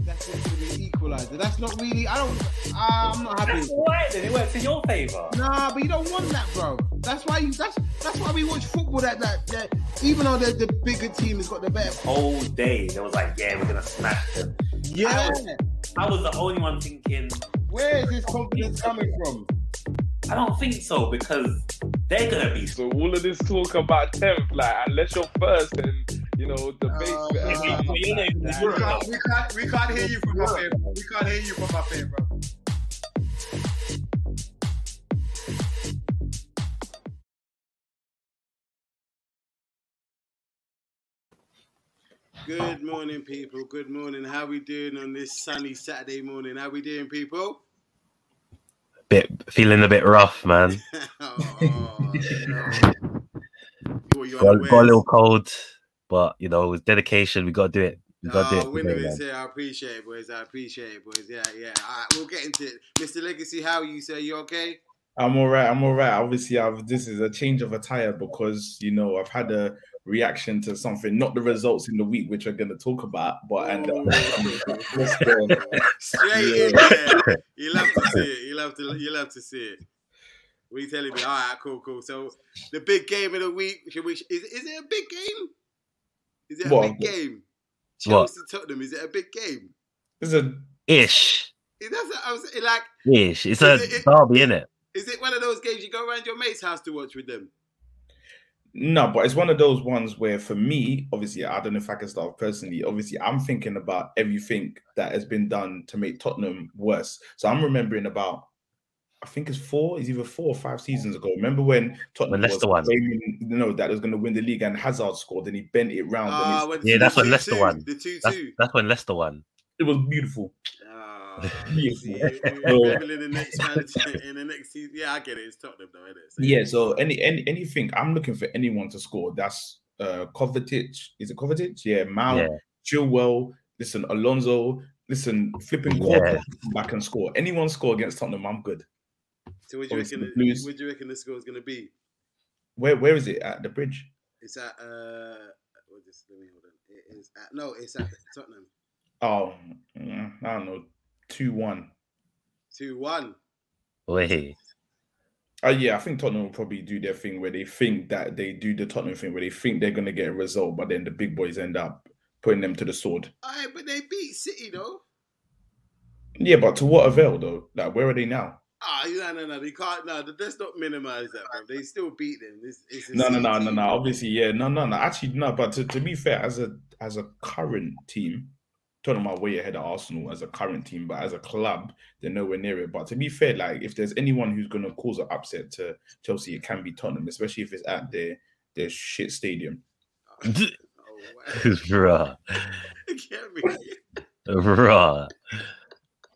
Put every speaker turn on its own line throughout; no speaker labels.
That's literally the equalizer. That's not really. I don't. I'm not happy.
That's all right then. It works in your favour.
Nah, but you don't want that, bro. That's why you. That's that's why we watch football. That that, that even though the, the bigger team has got the better.
Whole day, they was like, yeah, we're gonna smash them.
Yeah.
I was the only one thinking,
Where is this confidence coming from?
I don't think so because they're gonna be.
So all of this talk about tenth, like unless you're first, and you know the base.
Oh,
I mean,
man.
You know,
We can't, we can't, we can't hear you from my favorite. We can't hear you from my favorite.
Good morning, people. Good morning. How we doing on this sunny Saturday morning? How we doing, people?
Bit feeling a bit rough, man.
oh, no. What, you
Got, got a
unawares?
little cold, but you know, with dedication, we gotta do it. We gotta
Oh,
do it.
winner
today,
is
man.
here. I appreciate it, boys. I appreciate it, boys. Yeah, yeah. All right, we'll get into it. Mr. Legacy, how are you, sir? You okay?
I'm all right. I'm all right. Obviously, I've this is a change of attire because you know I've had a reaction to something, not the results in the week, which we're going to talk about, but and uh,
Straight in there. You love to see it. You love to. You love to see it. We telling me. All right, cool, cool. So the big game of the week. Should we? Is, is it a big game? Is it a
What?
big game?
What?
Chelsea Tottenham. Is it a big game?
it's a
Ish,
Is that what I was like?
ish. It's a
It- it-
derby, innit? it?
Is it one of those games you go around your mate's house to watch with them?
No, but it's one of those ones where, for me, obviously, I don't know if I can start off personally. Obviously, I'm thinking about everything that has been done to make Tottenham worse. So I'm remembering about, I think it's four, it's either four or five seasons ago. Remember when Tottenham
When Leicester
was
won.
claiming, you know, that was going to win the league and Hazard scored and he bent it round.
Ah,
and
when-
Oh, Yeah, that's
the
what Leicester
2-2,
won.
The two
That's,
two.
that's when Leicester won.
it, it was beautiful.
Ah,
Yeah.
see, you- you revel in the next manager in the next season. Yeah, I get it. It's Tottenham though, isn't it?
Yeah. So any, any anything, I'm looking for anyone to score. That's uh Kovacic. Is it Kovacic? Yeah, Mount,
Yeah.
Chilwell. Listen, Alonso. Listen, flipping
Yeah.
Corner back and score. Anyone score against Tottenham, I'm good.
So what do you
obviously
reckon?
the Blues-
What do you reckon the score is going to be?
Where where is it at the bridge?
It's at uh, what is, let me hold on. It is at no, it's at Tottenham
Oh, mm, I don't know, two one.
two one.
Wait,
Oh yeah, I think Tottenham will probably do their thing where they think that they do the Tottenham thing where they think they're gonna get a result, but then the big boys end up putting them to the sword.
All right, but they beat City though.
Yeah, but to what avail though? Like where are they now?
Ah, no, no, no, they can't. No, let's not minimize that. Bro. They still beat them. This is
No, no, no, no, no. Obviously, yeah, no, no, no. Actually, no. But to, to be fair, as a as a current team, Tottenham are way ahead of Arsenal as a current team, but as a club, they're nowhere near it. But to be fair, like if there's anyone who's going to cause an upset to Chelsea, it can be Tottenham, especially if it's at their their shit stadium.
Oh, wow.
raw,
Get me.
raw.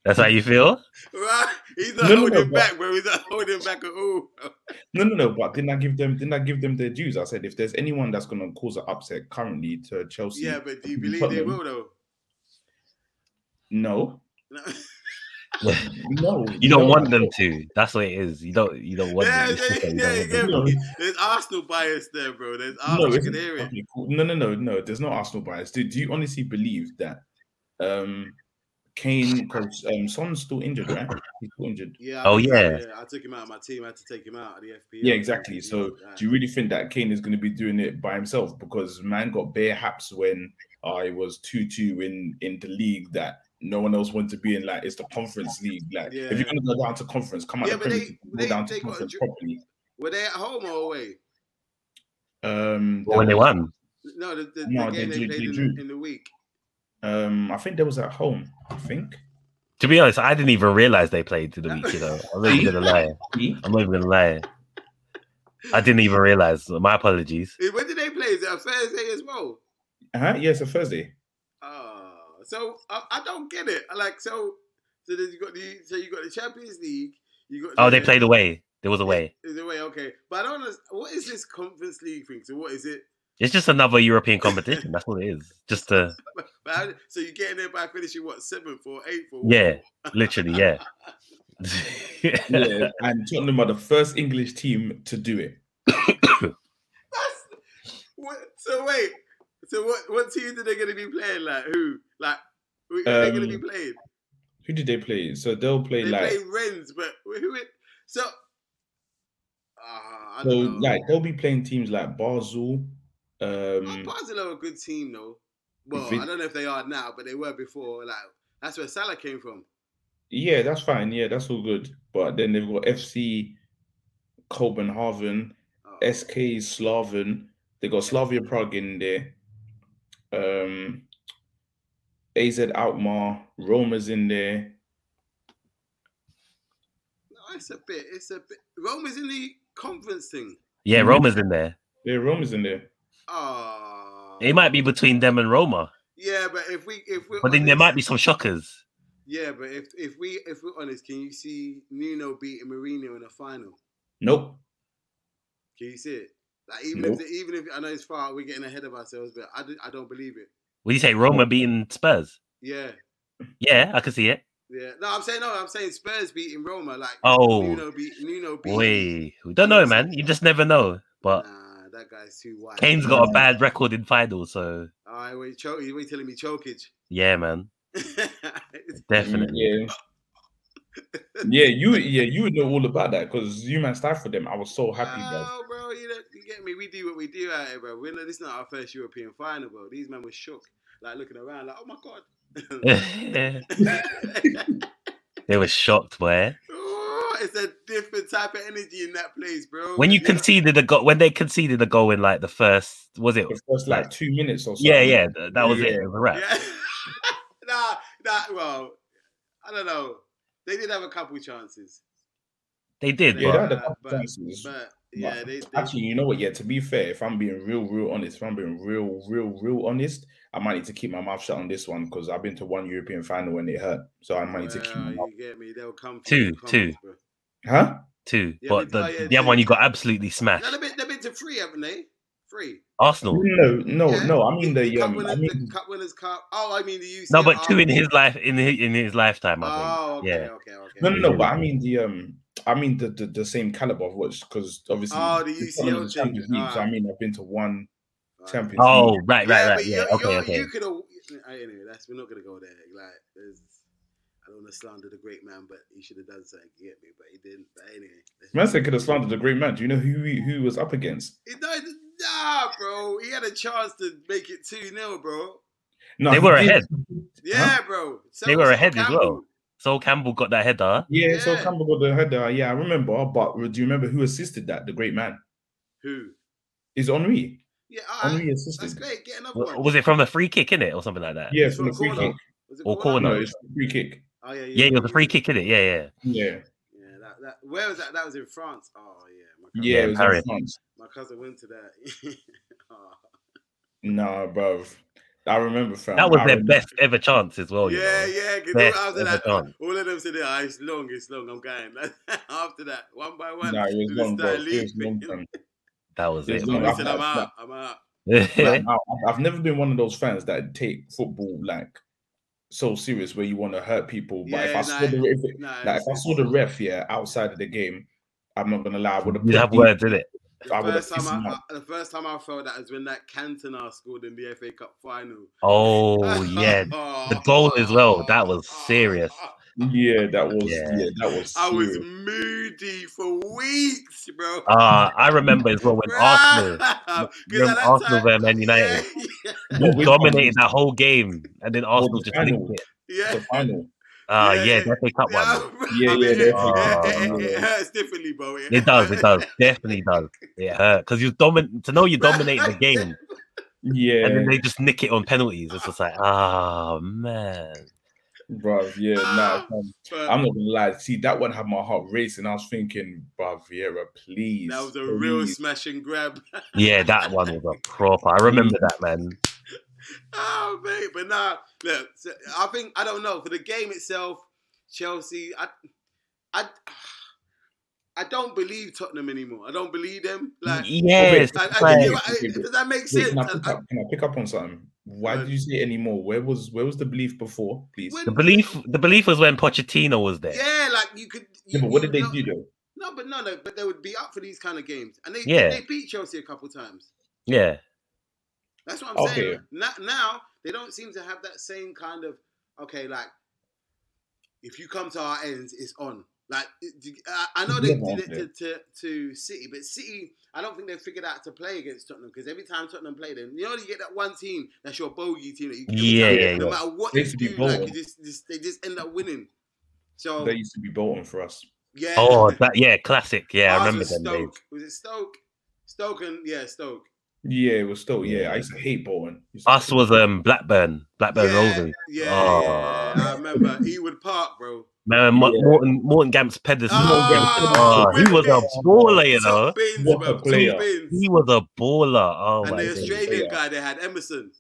That's how you feel.
Right? He's not
No, no,
holding
no, but-
back, bro. He's not holding back at all. bro.
No, no, no. But didn't I give them? Didn't I give them their dues? I said if there's anyone that's going to cause an upset currently to Chelsea,
Yeah, but do you believe they will though?
no,
No.
no.
You
no.
don't want them to. That's what it is. You don't. You don't want
Yeah,
them. It's just
yeah,
that you
yeah,
don't want them.
yeah. There's Arsenal bias there, bro. There's Arsenal.
no,
you
it's-
can hear it.
okay, cool. no, no, no, no. There's no Arsenal bias. Do, do you honestly believe that um Kane, 'cause, um, Son's still injured, right? He's still injured.
Yeah.
Oh,
I took-
yeah.
I took him out of my team. I had to take him out of the FPL.
Yeah, exactly. So,
Yeah.
do you really think that Kane is going to be doing it by himself? Because man got bare haps when I was two-two in in the league that no one else wanted to be in. Like it's the Conference League. Like if
Yeah.
you're going to go down to conference, come out
Yeah,
the
but
Premier
they-
League,
they-
go down
they
to
got
conference
ju-
properly.
were they at home or away?
Um,
But When they
that-
won,
No, the, the,
No,
the
they
game they,
drew-
played
they
in,
drew.
the- in the week.
um, I think that was at home. I think.
to be honest, I didn't even realize they played to the week. You know, I'm not even gonna lie. I'm not even gonna lie. I didn't even realize. My apologies.
Eh, When did they play? Is it a Thursday as well?
Uh-huh, yeah, it's a Thursday.
Oh, so I, I don't get it. I Like so, so then you got the so you got the Champions League. You got
Oh,
the-
they played away. There was away.
Is it way okay? But I don't. understand- What is this Conference League thing? So what is it?
It's just another European competition. That's what it is. Just a
But how, so you get in there by finishing what seventh or eighth or what?
yeah, literally yeah.
yeah, and Tottenham are the first English team to do it.
That's, what, so wait, so what? What team are they going to be playing? Like who? Like Who who they gonna
Um,
be playing?
Who did they play? So they'll play
They
like
play Rennes, but who? it- So, Ah, I
so
don't know.
like they'll be playing teams like Basel.
Oh,
Um,
Basel are a good team though. Well,
Vin-
I don't know if they are now, but they were before. Like that's where Salah came from.
yeah, that's fine. Yeah, that's all good. But then they've got FC Copenhagen,
Oh.
SK Slaven. They got Slavia Prague in there. Um, AZ Alkmaar, Roma's in there.
No, it's a bit. It's a bit. Rome is in the conference thing.
Yeah,
Mhm.
Roma's in there.
Yeah, Roma's in there.
Oh.
It might be between them and Roma,
Yeah, but if we if we.
but then there might be some shockers.
Yeah, but if if we if we're honest, can you see Nuno beating Mourinho in a final?
Nope.
Can you see it? Like even if
Nope.
the, even if I know it's far, we're getting ahead of ourselves, but I, do, I don't believe it.
What do you say? Roma beating Spurs?
Yeah,
Yeah, I can see it.
yeah. No, I'm saying no. I'm saying Spurs beating Roma. Like
Oh.
Nuno beat Nuno beat.
Wait, we don't know, man. You just never know.
Nah,
But
that guy's too wide.
Kane's got a bad record in finals, so
All right, wait, choke. You wait telling me chokage.
yeah, man, definitely.
Yeah. yeah, you yeah, you would know all about that because you man started for them. I was so happy, bro.
Oh, bro, you, don't, you get me. We do what we do out here, bro. We're not, this is not our first European final, bro. These men were shook, like looking around, like, oh my god.
they were shocked, boy.
Oh, it's a different type of energy in that place, bro.
When you
know-
conceded a goal, when they conceded a goal in like the first, was it?
The first like two minutes or so.
Yeah, yeah, th- that was it.
Yeah.
It was a wrap.
yeah. nah, nah. Well, I don't know. They did have a couple chances,
They did.
Yeah,
but-
they had a couple
But-
chances.
but yeah, they, they
Actually, you know what? Yeah, to be fair, if I'm being real, real honest, if I'm being real, real, real honest, I might need to keep my mouth shut on this one because I've been to one European final and it hurt. So I might need to keep my
Well,
mouth.
you get me. They'll come for
Two,
the comments,
two.
bro.
Huh?
two.
Yeah,
but
they-
the,
oh, yeah,
the other one
two.
you got absolutely smashed.
No, they've been, they've been to three, haven't they? Three.
Arsenal.
No, no,
Yeah.
no. I mean
The-
the
the
um,
cup
I
winners,
mean
the cup winners cup. Oh, I mean the UCL.
No, but two in his life in his, in his lifetime. I
Oh, okay,
yeah.
okay, okay.
no, no, no. But I mean the um, I mean the the, the same caliber of what's because obviously.
Oh, the
it's one of
UCL
the Champions
thing,
League, so I
alright.
mean I've been to one
Alright.
Champions.
think. Oh,
League.
right, right, right.
but
Yeah.
you're-
Okay,
you're-
okay.
You could have. Anyway, that's we're not gonna go there. Like, there's, I don't want to slander the great man, but he should have done something. You get me? But he didn't. But anyway. let's-
Man said could have slandered the great man. Do you know who he, who he was up against?
He- No, he- nah, bro. He had a chance to make it two 0 bro.
No,
They
he
were
did.
ahead.
Yeah, bro. So
They
was
were ahead as well.
Campbell.
Sol Campbell got that header.
Yeah, so
Yeah.
Campbell got the header. Yeah, I remember. But do you remember who assisted that? The great man
Who?
is Henri.
Yeah,
Henri
alright. Uh, That's
assisted.
great. Get another
W-
one.
Um, Was it from a free kick in it or something like that?
Yeah,
It's
from the
not
free
corner.
kick.
Was it
Or
No,
corner?
it's from free kick.
Oh yeah,
Yeah, it was a free kick in it. Yeah, yeah.
Yeah,
Yeah, that, that where was that? That was in France. Oh yeah, my cousin,
yeah,
Yeah,
it was
Paris.
in France.
my cousin went to that. oh,
Nah, bro. I remember, fam.
That was
I
their
remember.
best ever chance as well. you
yeah,
know.
yeah. 'cause
Oh, Best
all, after
ever
that,
chance.
all of them said, "Ah, it's long, it's long. I'm going." after that, one by one,
Nah, it was
they
long, bro.
started
It was long,
leaving.
fam.
That was
There's
it.
So
no
they said, "I'm
after that.
out. I'm out."
man.
Like, I- I've never been one of those fans that take football like so serious where you want to hurt people. But if
Yeah,
I saw the
nah,
if, it-
Nah,
like, if I
it's-
saw the ref, yeah, outside of the game, I'm not gonna lie, I would have
You'd have words in it.
the
I would've
first time
pissed him
I, I, the first time I felt that is when that Cantona scored in the FA Cup final. Oh,
Oh yeah. the goal as well, that was serious.
Yeah, that was
Yeah.
yeah, that was.
I was
serious.
moody for weeks, bro.
Uh, I remember as well when Arsenal
Because
Remember Arsenal versus Man United?
Yeah,
What we
dominated
won
that whole game, and then Arsenal
the
just
final.
licked it.
yeah.
the final.
Ah,
Yeah,
yeah,
yeah.
yeah, definitely cut
Yeah,
one.
bro,
Yeah,
I mean,
yeah,
it-
definitely.
it, it- it
Oh.
hurts differently, bro.
It does, it does, definitely does. It hurt because you dominate to know you dominate the game,
Yeah,
and then they just nick it on penalties. It's just like, ah, man.
bruv, yeah, nah,
Ah.
fam,
But
I'm not gonna lie. See, that one had my heart racing. I was thinking, bruv, Vieira, please.
that was a real
please."
smash and grab.
Yeah, that one was a proper. I remember that, man.
oh, mate. But nah, look, so I think, I don't know, for the game itself, Chelsea, I, I, I don't believe Tottenham anymore. I don't believe them. Like,
Yes,
I, I,
like-
I, does that make
Wait,
sense?
can, I
I-
pick
I-
up, can I pick up on something? Why
Go
did you say anymore? Where was where was the belief before, please?
when-
the belief, the belief was when Pochettino was there.
yeah, like you could.
yeah,
you-
but what
you
did they
know-
do though?
No, but no, no, but they would be up for these kind of games, and they
Yeah.
they beat Chelsea a couple times.
Yeah,
That's what I'm
Okay.
saying. Now, now they don't seem to have that same kind of okay, like if you come to our ends, it's on. Like it- d- I- I know they
Never
did it
on, yeah.
to, to, to City, but City, I don't think they figured out to play against Tottenham because every time Tottenham play them, you know you get that one team that's your bogey team that you can
Yeah, yeah,
no
yeah.
matter what
They
you
used to
do,
be
like
bold.
you just, just they just end up winning. So
That used to be Bolton for us.
yeah,
Oh, that yeah, classic. Yeah,
ours
I remember
was
them days.
Stoke. Was it Stoke? Stoke and yeah, Stoke.
Yeah, it was still yeah. I used to hate Bolton. Used to
Us was um Blackburn, Blackburn
yeah,
Rovers.
Yeah,
Oh.
yeah, I remember Ewood Park, bro.
Man, Ma- Morton, Morton Gamps Pedersen.
Oh,
Oh, he was a baller, you know.
Top bins,
What
bro.
a
Top
player.
bins.
He was a baller. Oh
and
my
the
days.
Australian
Yeah.
guy they had, Emerson,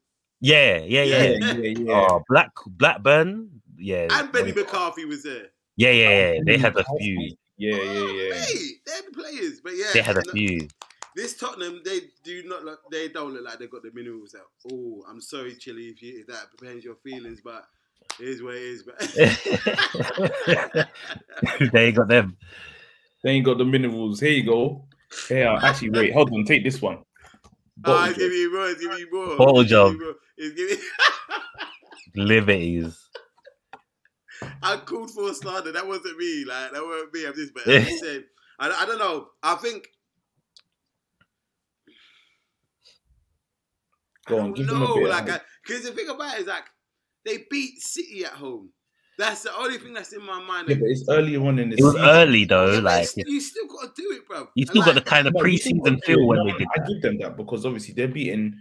Yeah,
Yeah.
yeah, yeah.
Yeah, yeah, yeah.
Oh, Black Blackburn. Yeah,
and Benny McCarthy was there. Oh,
yeah, yeah, yeah. They had a few.
Yeah, yeah, yeah.
Hey, they had players, but yeah,
They had a
no-
few.
This Tottenham, they do not look. They don't look like they got the minerals out. Oh, I'm sorry, Chile, if, you, if that depends your feelings, but it is what it is. But
they got them.
They ain't got the minerals. Here you go. Yeah, actually, wait, hold on. Take this one.
Ah,
Bottle
give
drop.
me more, give me more.
Bottle
give me
job.
more. It's giving-
Liberties.
I called for a slander. That wasn't me. Like that wasn't me. I'm just, but I'm just saying. I, I don't know. I think
Go on, give them a
no.
bit.
Like, because the thing about it is like they beat City at home. That's the only thing that's in my mind.
yeah, but it's earlier on in the
It was
season.
early
Yeah,
though.
but
Like
you, you still got to do it, bro.
you still got the kind of
No, you think-
preseason feel when
no,
they
no,
did
I
that.
give them that because obviously they're beating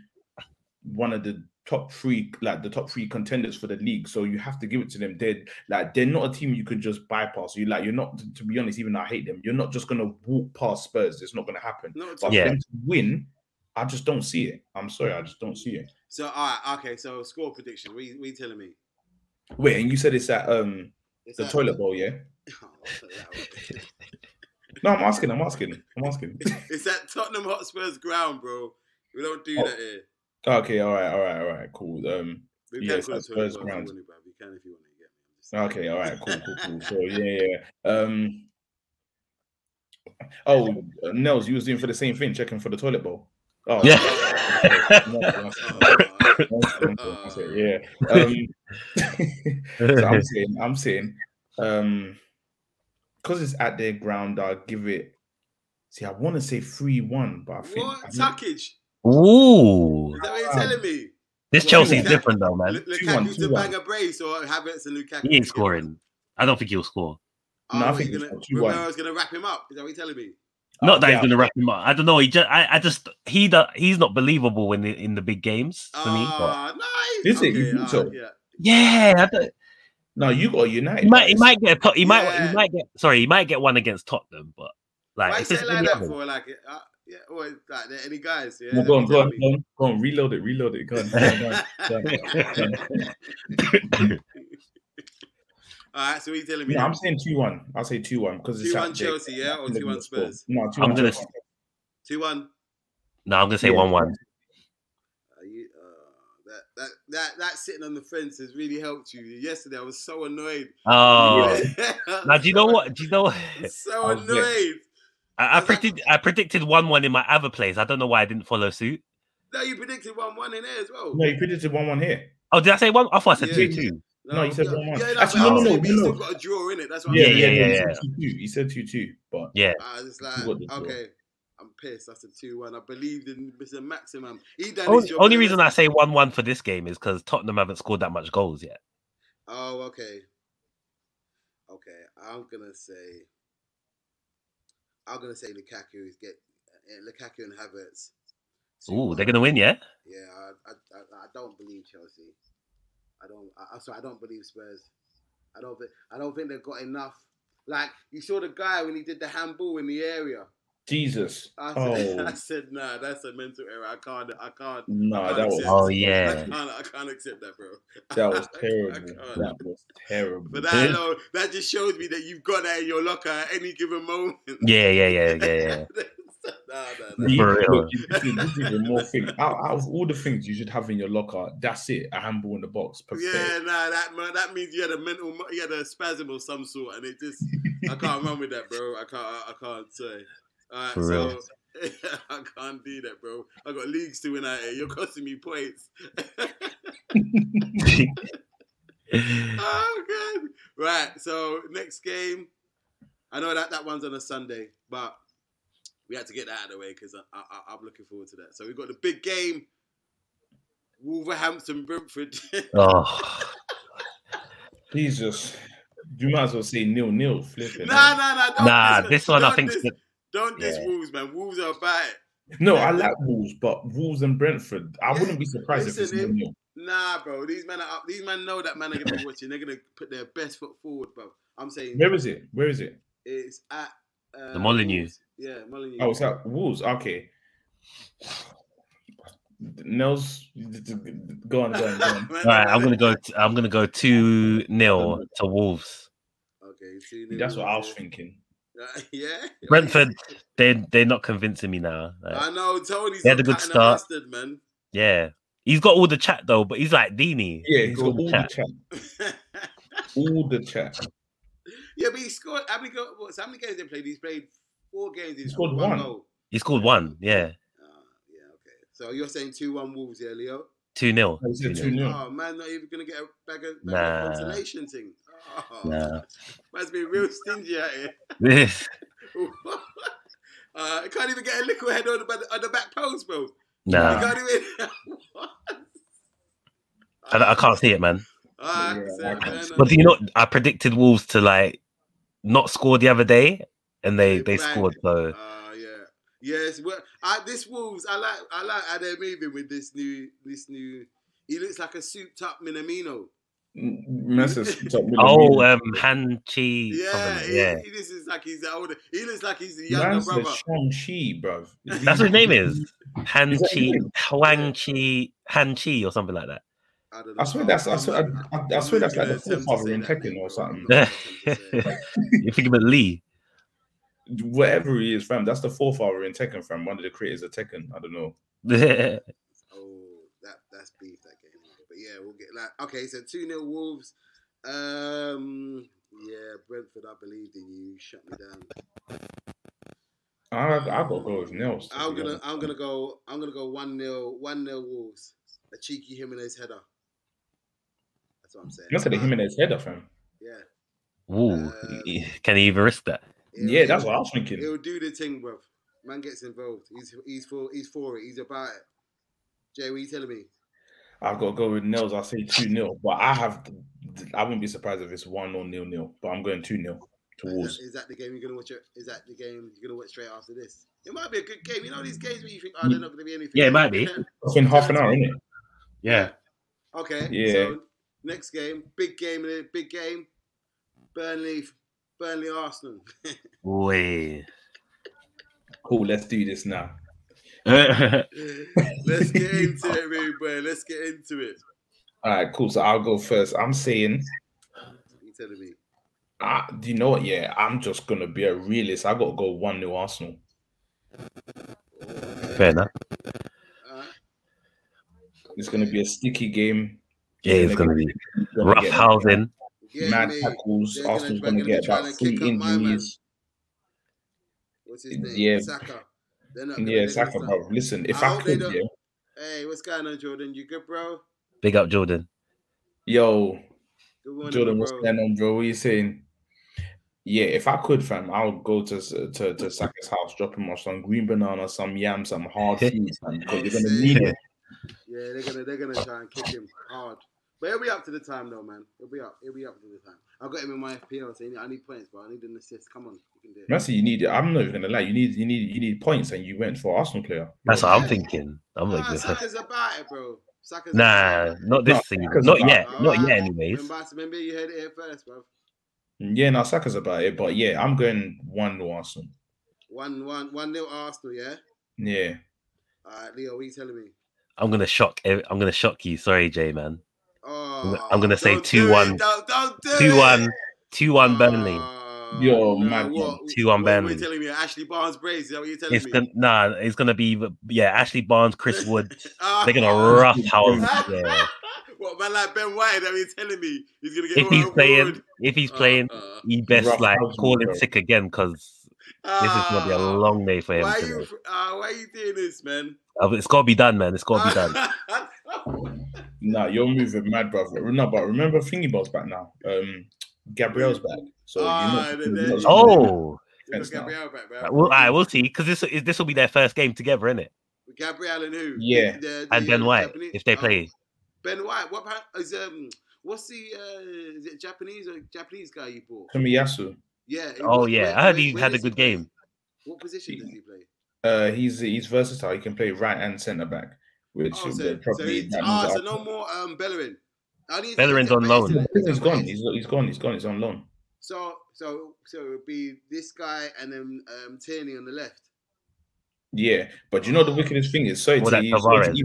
one of the top three, like the top three contenders for the league. So you have to give it to them. They're like they're not a team you can just bypass. You like you're not to be honest. Even though I hate them. You're not just gonna walk past Spurs. It's not gonna happen.
No,
But
Yeah.
for them to win, I just don't see it. I'm sorry, I just don't see it.
So all right, okay. So score prediction. What you, what you telling me?
Wait, and you said it's at um
Is
the
that-
toilet bowl, yeah?
Oh, that was-
No, I'm asking. I'm asking. I'm asking.
it's that Tottenham Hotspur's ground, bro. We don't do
Oh,
that here.
okay, all right, all right, all right, cool. Um,
We
yeah,
can
it's
call it
that Spurs
toilet bowl if you
ground.
want it, bro. We can if you want to get me.
Okay, all right, cool, cool, cool. So yeah, yeah. Um, oh, Nels, you was doing for the same thing, checking for the toilet bowl. Oh,
Yeah.
No, that's-
Oh,
that's- that's it, yeah. Um, so I'm saying, I'm saying, um, because it's at their ground, I'll give it. See, I want to say three one, but I think
what
I think-
tuckage?
Ooh,
Is that what you're telling me?
this
Well,
Chelsea's
yeah.
different though,
L-
man.
one,
Lukaku
Uh, two
to
one.
bang a brace or Havertz and Lukaku?
He ain't scoring. I don't think he'll score.
Oh,
No, I
what,
think
you're
it's
gonna,
two one.
Romero's going to wrap him up. Is that what you're telling me?
Not that
yeah.
he's going to wrap him up. I don't know. He just, I, I just, he, do, he's not believable in the, in the big games to me. but-
Ah, nice.
Is it? You think
ah,
so?
yeah.
yeah, I don't,
No, you got United.
he might, he
It's-
might get, a, po- he might,
Yeah.
he might get. Sorry, he might get one against Tottenham, but like,
Why you
if
say
it's
it like
any
that
other-
for? Like, uh, yeah, or like there any guys? Yeah.
Well, go on,
that's what
go on,
you're
go on, go on, reload it, reload it. Go on, go on, go on, go on.
telling me. All right, so what are you telling me?
No, I'm saying two one. I'll say two one because it's
2-1
at the-
Chelsea, yeah, or 2-1 Spurs?
No, two
I'm
one.
gonna
Chelsea.
2 1.
no, I'm going to say
Yeah.
one-one.
Are you, uh, that, that, that, that sitting on the fence has really helped you. Yesterday, I was so annoyed.
Oh,
I
now
was
do you know
so-
what? Do you know? What?
I was So
I was vexed.
annoyed.
I, I predicted, I predicted one-one in my other plays. I don't know why I didn't follow suit.
No, you predicted 1 1 in there as well.
No, you predicted one one here.
Oh, did I say one? I thought I said
Yeah.
two-two.
No, you said
yeah,
1-1.
Yeah, no,
Actually,
but
no,
I'm
no,
saying
no,
you
no.
still got a draw in it. That's what
Yeah,
I'm saying.
yeah, yeah,
He
yeah.
said 2-2. He said two two, but
Yeah,
I was
You got the
Ah, like,
draw.
okay, I'm pissed. That's a 2 1. I believed in Mr. Maximum. He done his
Only,
job.
only
in the
reason
rest-
I say one-one for this game is because Tottenham haven't scored that much goals yet.
Oh, okay. Okay, I'm going to say. I'm going to say Lukaku is get. eh, Lukaku and Havertz.
Ooh,
2-1.
they're gonna win, yeah.
Yeah, I, I, I, I don't believe Chelsea. I don't. I, I'm sorry, I don't believe Spurs. I don't. thi- I don't think they've got enough. Like you saw the guy when he did the handball in the area.
Jesus.
I said, I
Oh
said, nah, that's a mental error. I can't. I can't.
no, that was
Oh
I
yeah.
can't. I can't accept that, bro.
that was
I
terrible.
can't.
That was terrible.
But that alone, that just shows me that you've got that in your locker at any given moment.
Yeah, yeah, yeah, yeah, yeah.
nah, nah, nah.
You-
For real.
look, you- you did- you did more thing. Out, out of all the things you should have in your locker, that's it. A handball in the box.
Yeah,
Perfect.
nah, that man, that means you had a mental, mo- you had a spasm of some sort, and it just, I can't run with that, bro. I can't, I, I can't say. All right,
For
so
real.
I can't do that, bro. I got leagues to win out here. You're costing me points. oh god. Right. So next game, I know that that one's on a Sunday, but we had to get that out of the way because I, I, I'm looking forward to that. So we've got the big game, Wolverhampton Brentford.
Oh,
Jesus. You might as well say nil nil. Flipping.
nah, nah, nah. Don't
nah,
diss-
this one I
don't
think
diss- don't diss
yeah.
Wolves, man. Wolves are bad.
No, I like Wolves, but Wolves and Brentford. I
Yeah,
wouldn't be surprised if it's
listen,
nil
if-
nil.
Nah, bro. These men are up. These men know that man are gonna be watching. They're gonna put their best foot forward, bro. I'm saying
Where is it? Where is it?
it's at uh,
The Molyneux.
Wolves. Yeah, Molyneux.
Oh, it's at Wolves. Okay. Nels, go on, go on, go on.
all right. I'm gonna go. t- I'm gonna go two 0 to Wolves.
Okay, see,
That's what I was thinking.
yeah,
Brentford. They they're not convincing me now. Like,
I know Tony's
They had a good
pattern
start.
bastard, man.
yeah, he's got all the chat though, but he's like Dini.
Yeah, he's got all
the
the
chat.
chat. All the chat.
yeah, but he scored. How many, go, what, so how many games they played? He's played four games. He's
scored one.
goal.
He's called one. Yeah,
Ah, yeah, okay. So you're saying two one Wolves, yeah, Leo?
two 0
I said 2-0.
Oh man, not even gonna get a bag of, bag
Nah.
of consolation thing. Oh,
Nah.
Must be real stingy out here. uh, I can't even get a liquid head on the, back- on the back post, bro. You
nah,
can't even.
I, I can't see it, man.
Alright,
Yeah,
so,
I
fair enough.
But do you know, I predicted Wolves to like not score the other day, and they
They
they
banged
scored. So
Ah, yeah. Yes, well, I, this Wolves, I like, I like how they're moving with this new, this new. He looks like a souped-up Minamino.
Messes top middle.
oh, um, Hanchi.
Yeah,
Yeah,
he,
yeah.
he- this is like he's the older. He looks like he's the younger
Man's the
brother.
Shang-Chi, bruv.
That's what his name is.
Is that his
Hanchi,
name?
Huangchi, Hanchi, or something like that.
I, don't know.
I swear that's I swear, I, I, I swear that's like the forefather in Tekken or something.
you think about Lee?
Whatever he is, fam, that's the forefather in Tekken, fam. One of the creators of Tekken. I don't know.
yeah,
Oh, that that's beef that game. But yeah, we'll get like okay. So two 0 Wolves. Um, yeah, Brentford. I believed in you. Shut me down.
I I got to go with Nels. to
I'm
be
gonna
honest.
I'm gonna go I'm gonna go one 0 one 0 Wolves. A cheeky Jimenez header. That's what I'm saying.
That's the Jimenez header, fam.
Yeah.
Ooh, can he even risk that?
It'll-
Yeah, that's what I was thinking.
He'll do the thing, bro. Man gets involved. He's he's for he's for it. He's about it. Jay, what are you telling me?
I've got to go with Nels. I say 2 0, but I have. I wouldn't be surprised if it's 1 or 0 0, but I'm going 2 0
Is
towards.
that- Is that the game you're gonna watch? it- Is that the game you're gonna watch straight after this? It might be a good game. You know these games where you think, oh, they're not gonna be anything.
Yeah, it might be.
It's been half an hour, isn't it?
Yeah,
Okay.
Yeah.
So next game, big game, innit? big game. Burnley, Burnley, Arsenal.
way.
Cool, let's do this now.
Let's get into it, really, boy. Let's get into it.
All right, cool. So I'll go first. I'm saying
What are you telling me?
Ah, do you know what? Yeah, I'm just gonna be a realist. I gotta go one new Arsenal.
Fair enough.
Alright.
It's gonna be a sticky game.
Yeah, it's gonna be
It's gonna
rough
get
housing.
Yeah,
mad
mate.
tackles.
They're gonna-
Arsenal's
they're
gonna,
gonna
get
try
about
to
three
kick up my man.
injuries.
What's his name?
Yeah.
Saka. They're not gonna-
Yeah,
they're gonna
Saka,
stop.
bro. Listen, if
I
I,
hope they
could,
don't-
yeah,
Hey, what's going on, Jordan? You good, bro?
Big up Jordan.
yo,
Good morning,
Jordan, what's
bro.
going on, bro? What are you saying? Yeah, if I could, fam, I would go to to, to Saka's house, drop him off some green banana, some yams, some hard food, fam, because you're gonna need it.
Yeah, they're gonna they're gonna try and kick him hard. But he'll be up to the time though, man. He'll be up. He'll be up to the time. I've got him in my FPL, so he- I need points, but I need an assist. Come on, you can do it.
Messi, you need it. I'm not even gonna lie. You need you need you need points, and you went for Arsenal player.
That's what I'm thinking. I'm like,
Nah, Ah, Saka's about it, bro. Saka's about
nah,
it.
not this season. Not yet. Not yet, anyways.
Remember, remember you heard it here first, bro.
Mm, Yeah, no, Saka's about it, but yeah, I'm going one to Arsenal.
One one one nil Arsenal, yeah.
Yeah,
All right, Leo, what are you telling me?
I'm gonna shock. ev- I'm gonna shock you. Sorry, J man.
Oh,
I'm gonna say
don't do
2-1.
it, Don't, don't do
Two one,
it.
two one Burnley.
Oh,
Yo,
no,
man.
what-
2-1
what- What are
Burnley.
you telling me? Ashley Barnes Braves, is that what you're telling
It's
me?
gonna nah. It's gonna be yeah. Ashley Barnes, Chris Wood.
Ah.
They're gonna rough house. Yeah.
What man like Ben White? That he's telling me he's gonna get
If he's
overruled.
playing, if he's
Uh,
playing,
uh,
he best
Rough
like
house,
call
bro.
him sick again because this is gonna be a
ah,
long day for him.
Why are you?
today.
Uh, why are you doing this, man?
Uh, It's gotta be done, man. It's gotta be done.
Ah,
No, you're moving mad, brother. No, but remember Thingyballs back now. Um, Gabrielle's back. So
Ah,
you're
they're
not, you're
there.
not
Oh,
Look at
Thanks, now.
Gabriel back, man.
well, I will see because this is this will be their first game together, isn't it?
Gabriel and who?
Yeah.
The- the-
And Ben White,
Japanese-
if they
oh,
play,
ben White, what pa- is um? What's the uh, is it Japanese or Japanese guy you bought?
Tomiyasu.
Yeah. he-
oh
where-
yeah, I
where-
heard he
where
had a
does
good
play?
game.
What position does he play?
Uh, he's he's versatile. He can play right and centre back, which
Oh,
would
so, so,
probably.
he, ah, so no more um Bellerin. I need to
Bellerin's
check
on
my
loan.
Instagram.
he's gone. He's, he's gone. He's gone. He's on loan.
So so so it would be this guy and then um Tierney on the left.
Yeah, but you know the
Oh.
wickedest thing is so
Well, that Tavares.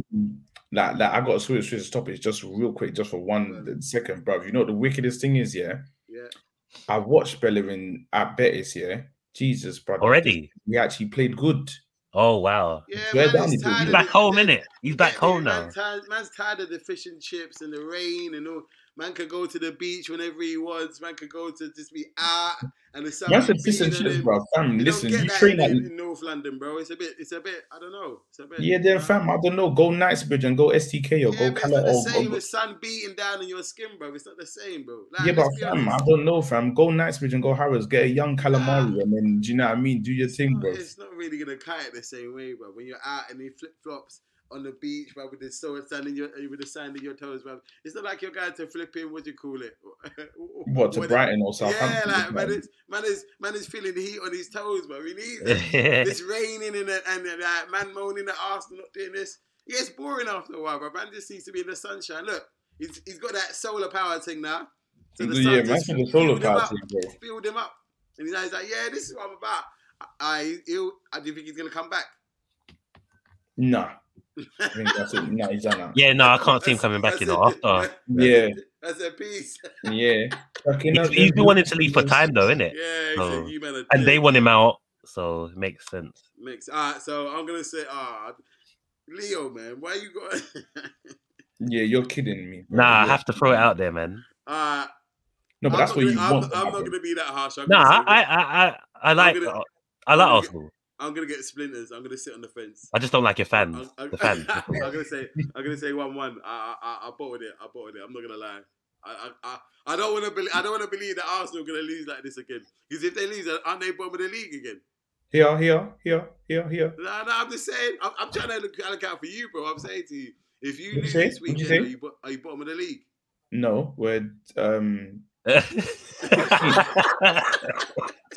like, like I got to switch switch topics just real quick, just for one second, bruv. You know what the wickedest thing is, yeah.
Yeah.
I watched Bellerin at Betis, yeah. Jesus, brother.
Already?
we actually played good.
Oh wow,
Yeah,
Where
man,
down is
he's
he?
tired
he's
of
back
the-
home,
the-
innit? He's back
Yeah,
home
man,
now.
tired- man's tired of the fish and chips and the rain and all. Man can go to the beach whenever he wants. Man can go to just be out and the sun.
That's a
beats
piss and
in on
chips,
him.
bro. Fam,
You
listen,
don't get
you
that
train
in,
at
in North London, bro. It's a bit. It's a bit. I don't know. It's a bit.
yeah, then fam. I don't know. Go Knightsbridge and go STK or go
Yeah, but it's not the
Cala or,
same
or
with sun beating down on your skin, bro. It's not the same, bro.
yeah, but
let's be
fam, I
honest.
don't know, fam. Go Knightsbridge and go Harrods. Get a young calamari, and then do you know what I mean? Do your thing,
No,
bro.
It's not really gonna cut it the same way, bro. When you're out and you flip flops on the beach, bro, with the sword standing your with the sand in your toes, bro. It's not like you're going to flipping. What do you call it?
What to
What-
Brighton or
Yeah,
Southampton?
like man
fam.
is man is man is feeling the heat on his toes, bro. He needs it.
yeah,
it's raining and and uh, like, man moaning at Arsenal not doing this. It gets boring after a while, bro. Man just needs to be in the sunshine. Look, he's he's got that solar power thing now. So the sun
yeah,
just
imagine the solo
build him up
party, bro.
build him up. And he's like, he's like, yeah, this is what I'm about. I, he'll, I do you think he's gonna come back.
Nah. I think that's it. Nah, he's done that.
no, I can't see him coming back. You know, after
Yeah,
That's a piece.
yeah. Fucking
he's,
hell,
he's been
yeah.
wanting to leave for time though, isn't
Yeah,
it?
he
Oh.
said, you better.
And they
dip."
want him out, so it makes sense.
mix. All right, so I'm gonna say, ah, Leo, man, why you got?
Yeah, you're kidding me. bro.
Nah, I
Yeah.
have to throw it out there, man.
uh,
No, but
I'm
that's
not
what you
gonna, I'm,
want.
I'm not
bro.
gonna be that harsh. I'm
Nah,
gonna say
I,
what-
I, I, I like,
I'm gonna-
I like
gonna-
Arsenal.
I'm gonna get splinters. I'm gonna sit on the fence.
I just don't like your
I'm,
Mm.
fans.
I'm,
The fans.
I'm gonna say, I'm gonna say one one. I, I, I, I bottled it. I bottled it. I'm not gonna lie. I, I, I, I don't want to believe. I don't want to believe that Arsenal are gonna lose like this again. Because if they lose, aren't they bottom of the league again?
Here, here, here, here, here.
No, no. I'm just saying. I'm, I'm trying to look, look out for you, bro. I'm saying to you, if you
What'd
lose
you say?
this
What'd you
weekend,
say?
are you, bo- are you bottom of the league?
No, we're um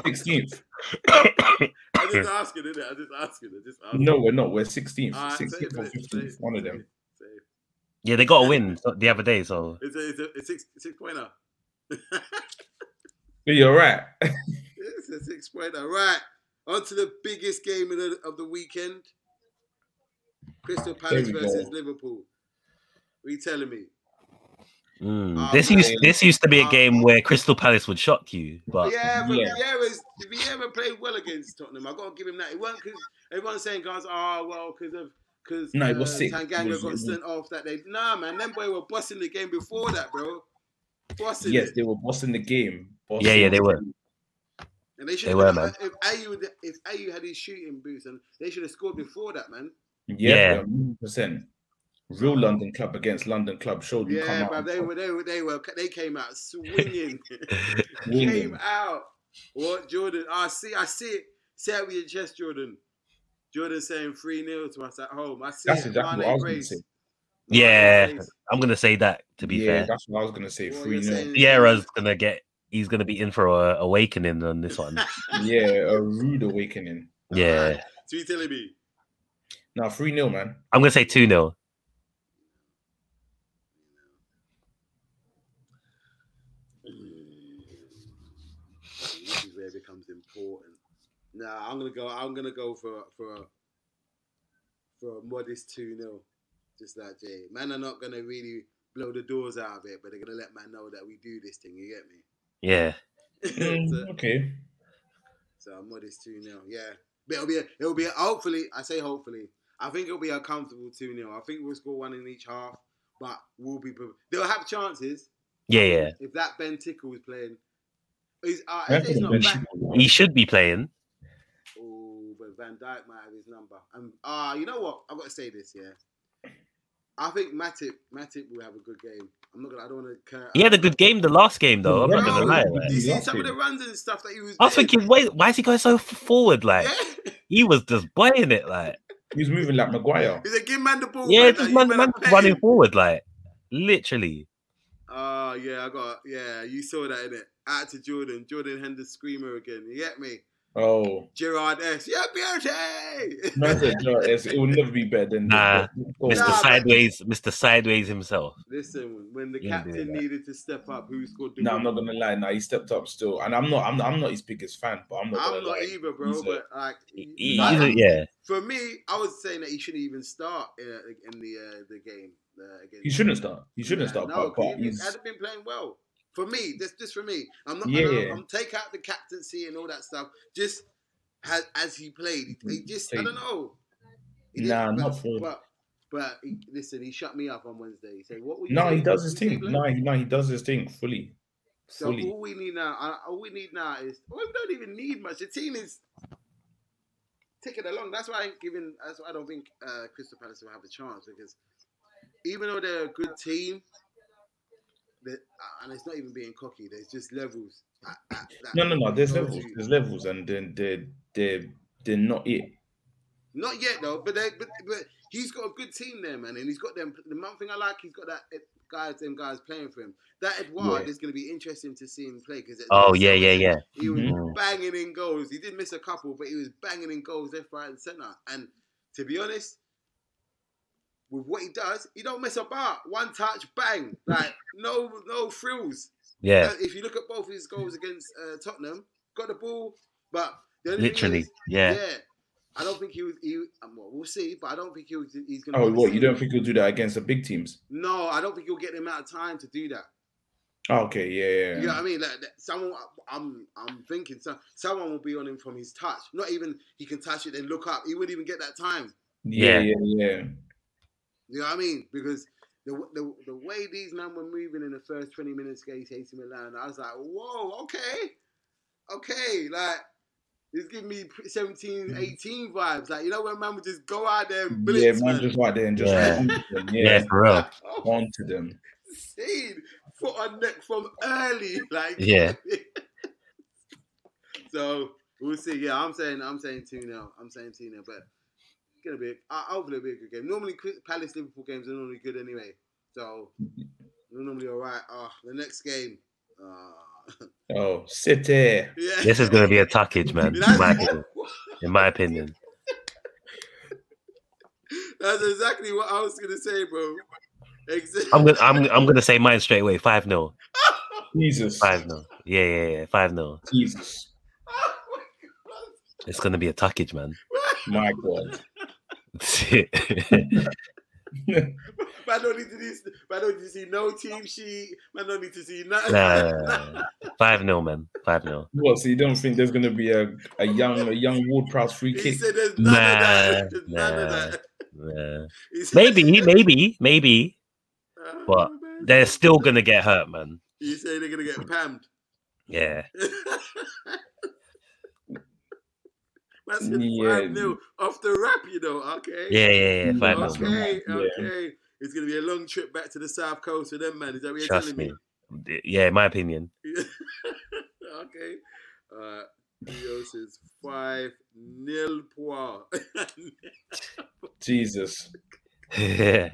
sixteenth.
I'm just asking, innit? I'm just asking. I'm just asking.
No, we're not. We're sixteenth.
Alright, say
Sixteenth
it,
or
say it,
fifteenth.
say it,
One of
say
them.
it, say it.
yeah, they got a win the other day, so
It's a, it's a, it's six six pointer.
But you're right.
It's a six pointer. Right. On to the biggest game of the, of the weekend. Crystal Palace
we go.
versus Liverpool. What are you telling me?
mm.
Ah,
this used
man.
this used to be a
Ah.
game where Crystal Palace would shock you, but
yeah, but
yeah.
Vieira's Vieira played well against Tottenham. I gotta give him that. It wasn't because everyone's saying guys, oh well, because of because
No, it was sick. It
Tanganga
was-
got sent off that day. Nah man, them boy were bossing the game before that, bro. Bossing
Yes,
it.
they were bossing the game. Bossing
yeah, yeah, they
the
were.
game.
And they should
were,
have
man.
uh, if Ayu if Ayu had his shooting boots and they should have scored before that, man.
Yeah.
Yeah, percent. Real London club against London club showed you come
Yeah,
out.
but
and
they were, they were, they were, they came out swinging.
win
came
them.
out. What, Jordan? I see, I see it. Say it with your chest, Jordan. Jordan saying 3 0 to us at home. I see
That's
it.
exactly what
Mane
I was gonna
Grace.
say.
Mane
Yeah,
Grace.
I'm gonna say that to be
yeah,
fair.
that's what I was gonna say.
What
Three
you're
0
saying is-
Vieira's gonna get he's gonna be in for a awakening on this one.
Yeah, a rude awakening.
yeah.
So you telling me?
Now three 0 man.
I'm gonna say two 0
This is where it becomes important. Nah, I'm gonna go. I'm gonna go for for a, for a modest two 0 just like Jay. Man are not gonna really blow the doors out of it, but they're gonna let man know that we do this thing. You get me?
Yeah.
Mm,
so,
okay.
so I'm modest two 0 Yeah, but it'll be a, it'll be a, hopefully. I say hopefully. I think it'll be a comfortable two 0 I think we'll score one in each half, but we'll be. pre- They'll have chances.
Yeah, yeah.
If that Ben Tickle was playing, he's, uh,
That's
he's
what
not
Ben
back.
Shimon-
He should be playing.
uh, Oh, but Van Dyke might have his number. Um, ah, you know what? I've got to say this, yeah. I think Matip Matip will have a good game. I'm not gonna. I don't want to. Cur-
He had a good game the last game though. I'm not gonna
Bro,
lie.
Bro,
man.
You see
Last
some of the
game.
runs and stuff that he was.
I was
doing?
thinking, wait, why is he going so f- forward? Like
Yeah.
he was just buying it. Like
He was moving like Maguire.
He said, "Give man the ball."
yeah,
man,
just
like, you
man, man
better
just
pay
running
him."
forward. Like literally.
Oh yeah, I got. Yeah, you saw that in it. Out to Jordan. Jordan Henderson screamer again. You get me?
Oh,
Gerard S. Yeah, beauty.
man said, "Yo, it's- it will never be better than
Nah,
Go
Mr.
Nah,
on.
but-
Sideways, Mr. Sideways himself.
Listen, when the
You ain't doing
captain
that.
needed to step up, who scored the
No,
goal?
I'm not gonna lie. Nah, he stepped up still, and I'm not. I'm not. I'm not his biggest fan, but I'm not. Gonna
I'm not
lie.
either, bro.
He's a-
But like,
He- he-
I-
he's a- yeah,
for me, I was saying that he shouldn't even start uh, in the uh, the game. Uh, against
He shouldn't start. He shouldn't start.
No,
but,
'cause
but
he
he's,
had been playing well. For me, just just for me, I'm not.
Yeah.
I'm, I'm take out the captaincy and all that stuff. Just as, as he played, he, he just I
Played.
don't know. He
Nah,
didn't-
not
but-
for-
But, but he, listen, he shut me up on Wednesday. He said, "What were you?"
no, he
doing?
does his
You keep
thing.
playing?"
No, he, no, he does his thing fully,
So
fully.
all we need now, uh, all we need now is well, we don't even need much. The team is ticking along. That's why I ain't giving. That's why I don't think uh, Crystal Palace will have a chance because even though they're a good team, they- uh, and it's not even being cocky. There's just levels. at- at that
No, no, no. There's
tells
levels.
you-
There's levels, and then they're they're they're not it.
Not yet though, but they, but but he's got a good team there, man, and he's got them. The one thing I like, he's got that eh, guys, them guys playing for him. That Edward
Yeah.
is going to be interesting to see him play because
oh yeah, yeah, yeah.
He
Hmm?
was
Mhm.
banging in goals. He did miss a couple, but he was banging in goals left, right, and centre. And to be honest, with what he does, he don't miss a bar. One touch, bang! Like no, no frills.
Yeah,
Uh, If you look at both his goals against uh, Tottenham, got the ball, but the only thing
literally.
is-
Yeah.
I don't think he was. He, um, well, we'll see, but I don't think he was, he's going.
Oh, what? You don't think he'll do that against the big teams?
No, I don't think he'll get the amount of time to do that.
Oh, okay, yeah, yeah.
You know what I mean? Like that, someone, I'm, I'm thinking, some, someone will be on him from his touch. Not even he can touch it and look up. He wouldn't even get that time.
yeah,
Yeah.
yeah, yeah.
You know what I mean? Because the w- the, w- the way these men were moving in the first 20 minutes against AC Milan, I was like, whoa, okay, okay, like. It's giving me 17, 18 vibes. Like, you know, when man would just go out there and
Mm. Yeah,
blitz.
man,
man.
just right there and just
Yeah.
onto them.
yeah,
Yeah,
for real.
onto them.
seen foot on neck from early. Like
Yeah.
so we'll see. Yeah, I'm saying I'm saying two now. I'm saying two now, but it's gonna be uh, hopefully it'll be a good game. Normally Cri- Palace Liverpool games are normally good anyway, so
Mm-hmm.
they're normally all right. Ah, the next game. Uh,
Oh, City.
yeah.
This is gonna be a tuckage, man. In my opinion. In my opinion.
That's exactly what I was gonna say, bro. Exactly.
I'm gonna I'm I'm gonna say mine straight away. Five 0
Jesus.
Five 0 Yeah, yeah, yeah. Five 0
Jesus.
It's gonna be a tuckage, man.
My God.
Man don't need to see, man don't need to see no team sheet. Man don't need to see nothing.
nah, Five 0 man. Five 0
What? So you don't think there's gonna be a, a young a young Ward Prowse free
He
kick?
said there's none of that. There's none of
nah.
that.
Yeah.
He said-
Maybe, maybe, maybe
Oh,
but
man.
they're still gonna get hurt, man.
You say they're gonna get pammed.
Yeah.
That's five
Yeah.
nil off the rap, you know. Okay.
Yeah, yeah, yeah. Five 0 man.
Okay.
Yeah.
Okay. It's gonna be a long trip back to the south coast for them, man. Is that what you're
Trust
telling
me. Yeah, in my opinion.
okay. Uh, Dios is five nil pois.
Jesus.
yeah.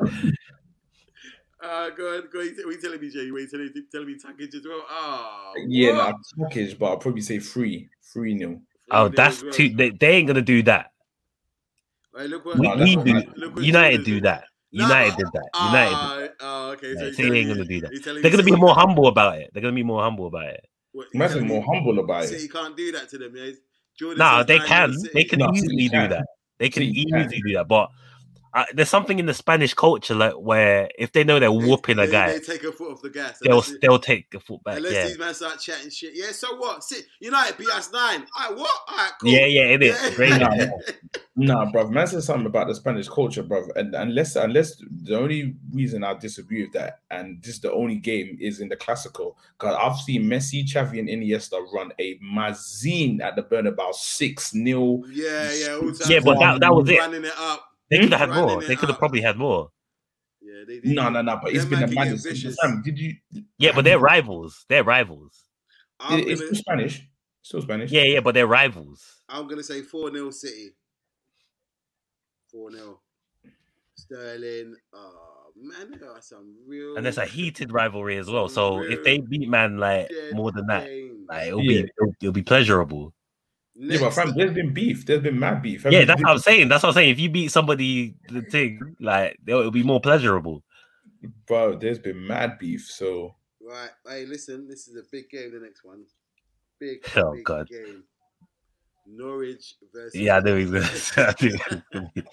uh, go on, go. on. What are you telling me, Jay? What are you telling, telling me taggage as well? Oh,
Yeah, nah, package, but I'll probably say three, three nil.
Oh, that's too. They, they ain't gonna do that.
Hey, look what,
We,
No,
we
that's
do.
not
look what
United
Jordan
do
did.
that.
No,
United
but-
did that. United.
Ah, ah, okay.
Yeah,
So you're
so
telling
they ain't
me-
gonna do that.
you're telling
They're
me
gonna be
City-
more humble about it. They're gonna be more humble about it.
what, you're
Imagine
telling
more
me
humble about it.
City can't do that to them. Yeah? Jordan
No,
says
they
Man
can.
City-
They can
No, City
easily do
can.
that. They can
City
easily
can.
do that. But uh, there's something in the Spanish culture like where if they know they're
they-
whooping a
they-
guy,
They take a foot off the gas.
they'll
Unless it-
they'll take the foot back.
Unless
Yeah.
these men start chatting shit. Yeah, so what? Sit United beat us nine. All right, what? All right, cool.
Yeah, yeah, it is.
Yeah.
Great.
Nah, Nah, bruv, man said something about the Spanish culture, bruv. And unless unless the only reason I disagree with that, and this is the only game is in the classical, because I've seen Messi, Xavi, and Iniesta run a mazine at the Bernabeu 6 0.
Yeah, yeah. all
Yeah, but
time.
that, that was it.
Running it up.
They could have had
Running
more.
it
They could have
up.
probably had more.
Yeah, Yeah, they, they,
No, no, no. But it's
Them
been
man
a
can get
madness.
vicious.
Fam, Did you?
Yeah, but they're rivals. They're rivals.
I'm,
it- it's
gonna,
still Spanish. Still Spanish.
Yeah, yeah, but they're rivals.
I'm gonna say four 0 City. Four 0 Sterling. Oh man, there are some real.
And it's a heated rivalry as well. So if they beat man like
dead
more than that,
games.
like it'll
Yeah.
be it'll, it'll be pleasurable.
Yeah,
Next
but fam,
up-
there's been beef. There's been mad beef.
Yeah,
Everyone-
that's what I'm saying. That's what I'm saying. If you beat somebody, the thing like it'll, it'll be more pleasurable.
bro. There's been mad beef. So
Right. Hey, listen, this is a big game, the next one. Big,
Oh,
big
God.
game. Norwich versus.
Yeah, I knew he was gonna. Say, I knew he was gonna be-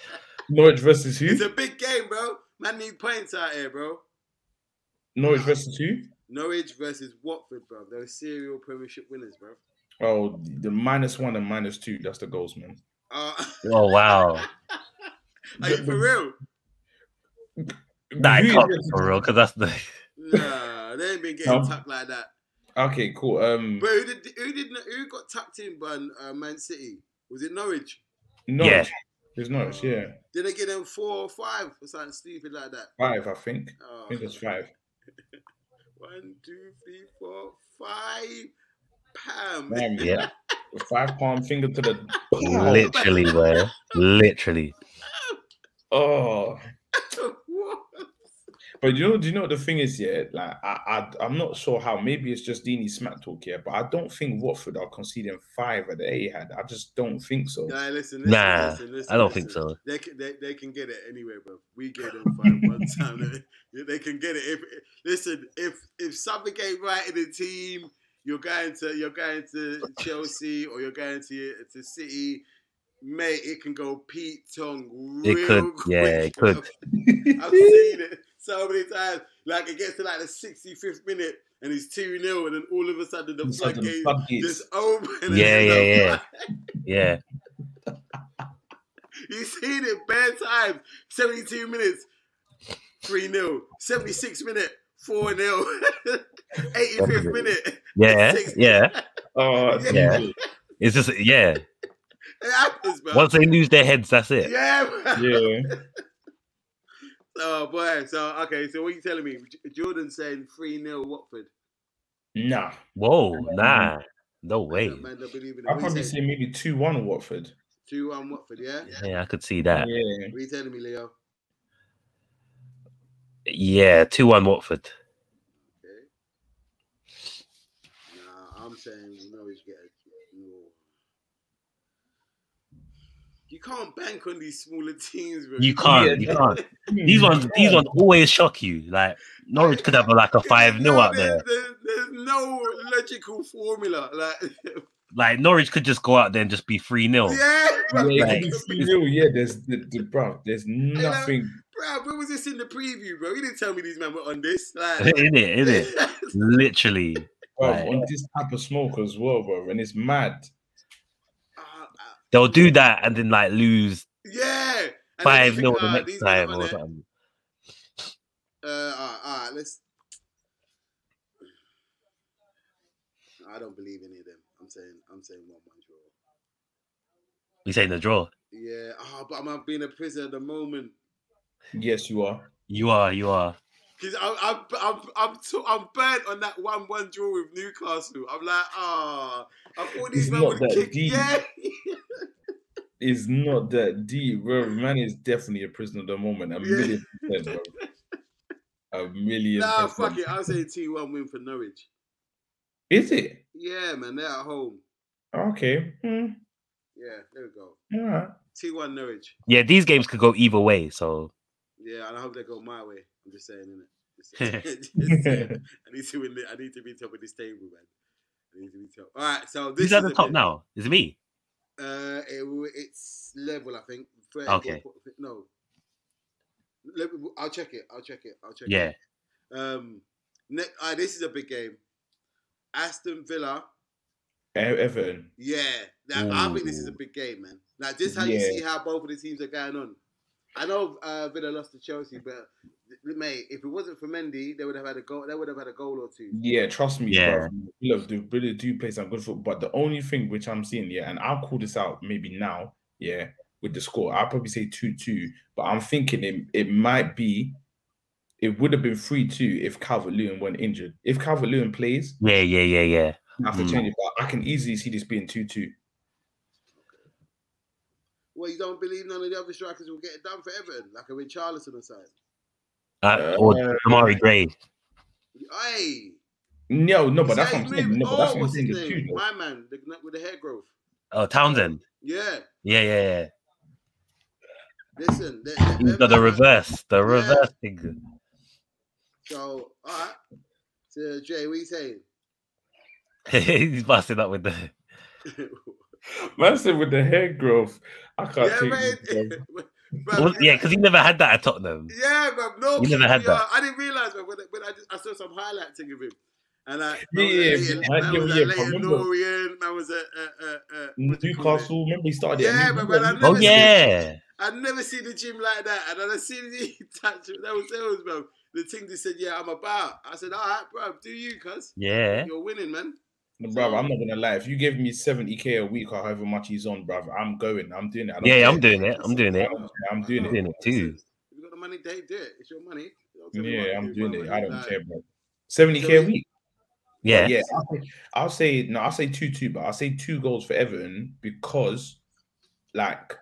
Norwich versus
It's a
who?
big game, bro. Man need points out here, bro.
Norwich versus who?
Norwich versus Watford, bro. Those serial Premiership winners, bro.
Oh, the minus one and minus two. That's the goals, man.
Uh,
oh wow,
are you for real?
that
Who is
can't be
this-
for real because that's the
Nah, they ain't been getting
No.
tucked like that.
Okay, cool. Um,
Bro, who did who did who got tucked in by uh, Man City? Was it Norwich?
Norwich.
Yeah.
It's Norwich. Yeah,
Did they get them four or five or something stupid like that?
five. I think.
Oh.
I think it's five.
One, two, three, four, five. Pam.
Bam.
yeah,
Five palm finger to the.
literally, man, literally.
Oh,
What?
but you know, do you know what the thing is? Yeah, like I, I, I'm not sure how. Maybe it's just Dini smack talk here, but I don't think Watford are conceding five at the A had. I just don't think so.
Nah, listen, listen,
Nah,
listen, listen,
I don't think
listen.
so.
They can, they, they can get it anyway, bro. We gave them five one time. They, they can get it. If listen, if if something ain't right in the team, you're going to you're going to Chelsea or you're going to to City, mate. It can go Pete Tong. Real
It could,
quick,
yeah, it could.
I've seen it so many times. Like it gets to like the 65th minute and it's 2 0, and then all of a sudden the
It's like the
floodgates
floodgates.
just open. and
Yeah,
it's
yeah,
like,
yeah. Yeah,
You've seen it bad times. 72 minutes, 3 0. 76 minute, 4 0. 85th minute.
yeah, yeah.
Oh,
Yeah. It's just yeah.
It happens, bro.
Once they lose their heads, that's it.
yeah, bro.
yeah.
Oh, boy. So, okay. So, what are you telling me? J- Jordan saying 3 0 Watford.
Nah,
Whoa, nah, no way.
Man, I believe in
I'd probably say maybe two one Watford.
2 1 Watford, yeah?
Yeah, I could see that.
Yeah,
What are you telling me, Leo?
Yeah, two one Watford.
Okay. Nah, I'm saying you know he's getting. No. You can't bank on these smaller teams, bro.
You can't,
Yeah,
you can't. These ones, these ones always shock you. Like Norwich could have like a five 0
No,
out
there's,
there.
There's, there's no logical formula. Like,
Like Norwich could just go out there and just be three 0
yeah, bro.
Yeah,
Like-
it could be 3-0, yeah, there's the, the bro, there's nothing.
Bro, Where was this in the preview, bro? You didn't tell me these men were on this. Like, Ah,
In it, in it. Literally.
Bro,
Right.
on this type of smoke as well, bro, and it's mad.
Ah, ah,
They'll do that and then like lose
yeah. And then
five
you
0
think,
the
ah,
next
these men are
time
on
or
it.
something.
Uh, all right, let's. I don't believe any of them. I'm saying, I'm saying one one draw.
We saying the draw.
Yeah, oh, but I'm being a prisoner at the moment
Yes, you are.
You are, you are.
because I'm, I'm, I'm, I'm, t- I'm burnt on that one one draw with Newcastle. I'm like, ah, I thought these
It's
men
not
would
that
kick.
deep.
Yeah,
It's not that deep, bro. Man is definitely a prisoner at the moment. A
Yeah.
million percent, bro. A million.
nah,
percent.
fuck it. I'll say two one win for Norwich.
Is it
Yeah, man, they're at home.
okay? Hmm.
Yeah, there we go.
All right.
Two one Norwich.
Yeah, these games could go either way. So
Yeah, and I hope they go my way. I'm just saying, innit? Just- just
E-,
saying. I need to win. The, I need to be top of this table, man. I need to be top. All right, so this
who's at
is
the
a
top
bit-
now? Is it me?
Uh, it, w- it's level, I think. 30,
Okay.
four- four- No. Let me- I'll check it. I'll check it. I'll check
Yeah.
it. Um, next, uh, this is a big game. Aston Villa.
E- Everton.
Yeah, that, I think this is a
Ooh.
big game, man. Like just how you
Yeah.
see how both of the teams are going on. I know uh, Villa lost to Chelsea, but mate, if it wasn't for Mendy, they would have had a goal. They would have had a goal or two.
Yeah, trust me,
Yeah.
yeah. Look, they really do play some good football. But the only thing which I'm seeing, yeah, and I'll call this out maybe now, yeah, with the score, I'll probably say 2 2. But I'm thinking it, it might be it would have been 3 2 if Calvert Lewin went injured. If Calvert Lewin plays,
Yeah, yeah, yeah, yeah.
I have to
Mm.
change it, but I can easily see this being 2 2.
Well, you don't believe none of the other strikers will get it done for Everton, like a Richarlison or something.
Uh, or Damari Gray.
Hey,
No, no, but that's
Say
what I'm saying.
move-
No, but that's what
oh,
I'm
what's
saying.
his
It's
name?
2
My man, the, with the hair growth.
Oh, Townsend.
Yeah,
Yeah, yeah, yeah.
listen, they- they-
He's
them
got the
guys-
reverse, the reverse thing.
So, all right. So, Jay, what you saying?
He's busting up with the.
Man said with the hair growth, I can't
yeah,
take
mate.
this, bro.
Bruv,
yeah, because he never had that at Tottenham.
Yeah, bruv, No,
You never had
yeah,
that.
I didn't realize, but when, when I, just, I saw some highlights of him, and I
Yeah,
man was
yeah,
a
yeah,
Leighton-
yeah,
man was
yeah,
a
but
Leighton
remember-
Orient, man was a uh, uh, uh, what do you call it?
Newcastle, remember he started at
Yeah, but when I
Newcastle?
Oh
never seen-
yeah,
I'd never seen the gym like that, and I'd seen the touch. That was that was bro. The thing they said, yeah, I'm about. I said, all right, bro, do you, cuz
yeah.
you're winning, man.
But Bruv, I'm not gonna lie. If you give me 70k a week or however much he's on, bruv, I'm going. I'm doing it. I don't
Yeah,
care.
I'm doing it. I'm doing
I
it.
don't care, I'm doing
I'm
it.
doing it too.
If you got the money, they do it. It's your money. Don't tell me
Yeah,
what to
I'm
do,
doing
bro.
it. I don't
Like,
care, bro. 70k a
Doing-
week.
Yeah.
yeah. I'll say, I'll say no. I'll say two two, but I'll say two goals for Everton because, like,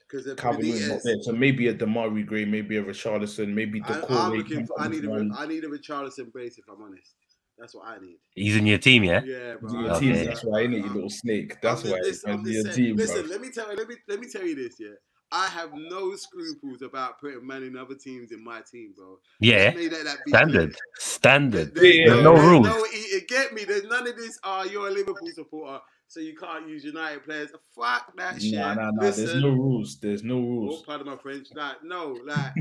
Because of
Calvin Lewin's not
Benitez.
there. So maybe a Damari Gray, maybe a Richarlison, maybe
I,
the
I'm looking for. I need a. I need a Richarlison brace. If I'm honest, that's what I need.
He's in your team, yeah.
Yeah, bro.
Your
I-
team,
I-
Okay.
That's why, innit, you
I-
little snake. That's
I'm
why.
just- I'm
it's
just
your
saying-
team,
listen,
bro.
let me tell you. Let me let me tell you this. Yeah, I have no scruples about putting man in other teams in my team, bro.
Yeah.
Made that- that be
Standard.
clear.
Standard.
There's
Yeah, yeah.
no,
No
there's
rules.
No, it, it get me. There's none of this. Ah, you're a Liverpool supporter, so you can't use United players. Fuck that shit.
Nah, nah, nah. There's
Listen,
no rules. There's no
Oh,
rules.
pardon my French. Like, no, like.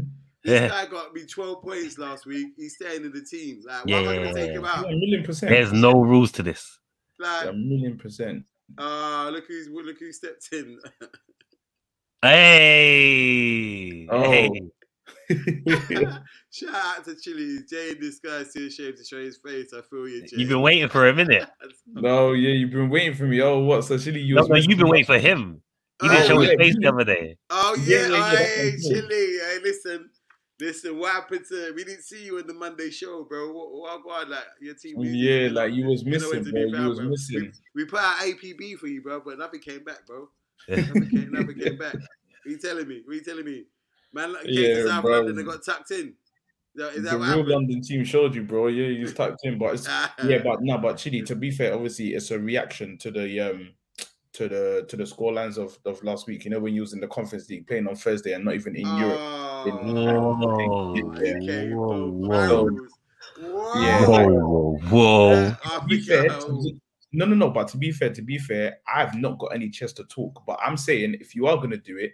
Yeah.
This guy got me 12 points last week. He's staying in the team. Like, why
Yeah,
am I
yeah,
going to
yeah,
take
yeah.
him
Yeah,
out?
a million percent.
There's no rules to this.
Like,
a million percent.
Ah, look who's look who stepped in.
Hey.
Oh.
Hey.
Shout out to Chili. Jay in disguise, too ashamed to show his face. I feel you, Jay.
You've been waiting for a minute.
no, yeah, you've been waiting for me. Oh, what? So Chili, you
No,
was
no,
meant
you've
to-
been waiting for him. He didn't
Oh,
show his
yeah,
face
you-
the other day.
Oh
Yeah,
yeah,
yeah, yeah, that's
hey
what I'm saying.
Chili. Hey, listen, listen. What happened to? We didn't see you in the Monday show, bro. What, what go on, like your team?
Mm, Yeah, like you was
You know where
missing, bro.
to be
You
found,
was
bro.
missing.
We, we put out APB for you, bro, but nothing came back, bro. Nothing came, nothing came back. What you telling me? What you telling me? Man, like, came
Yeah,
to South
bro.
London and got tucked in. Is that, is
the
that
real
what happened? Uh,
London team showed you, bro. Yeah, you was typed in, but it's, yeah, but no, but Chile. To be fair, obviously, it's a reaction to the um to the to the scorelines of of last week. You know, when you was in the Conference League playing on Thursday and not even in Europe.
Oh.
Whoa.
Okay, both
Whoa. Whoa.
barrels. Whoa. oh.
Yeah.
Whoa. Whoa.
Yeah, I
To be fair,
forget.
to be- no, no, no. But to be fair, to be fair, I've not got any chest to talk. But I'm saying, if you are gonna do it,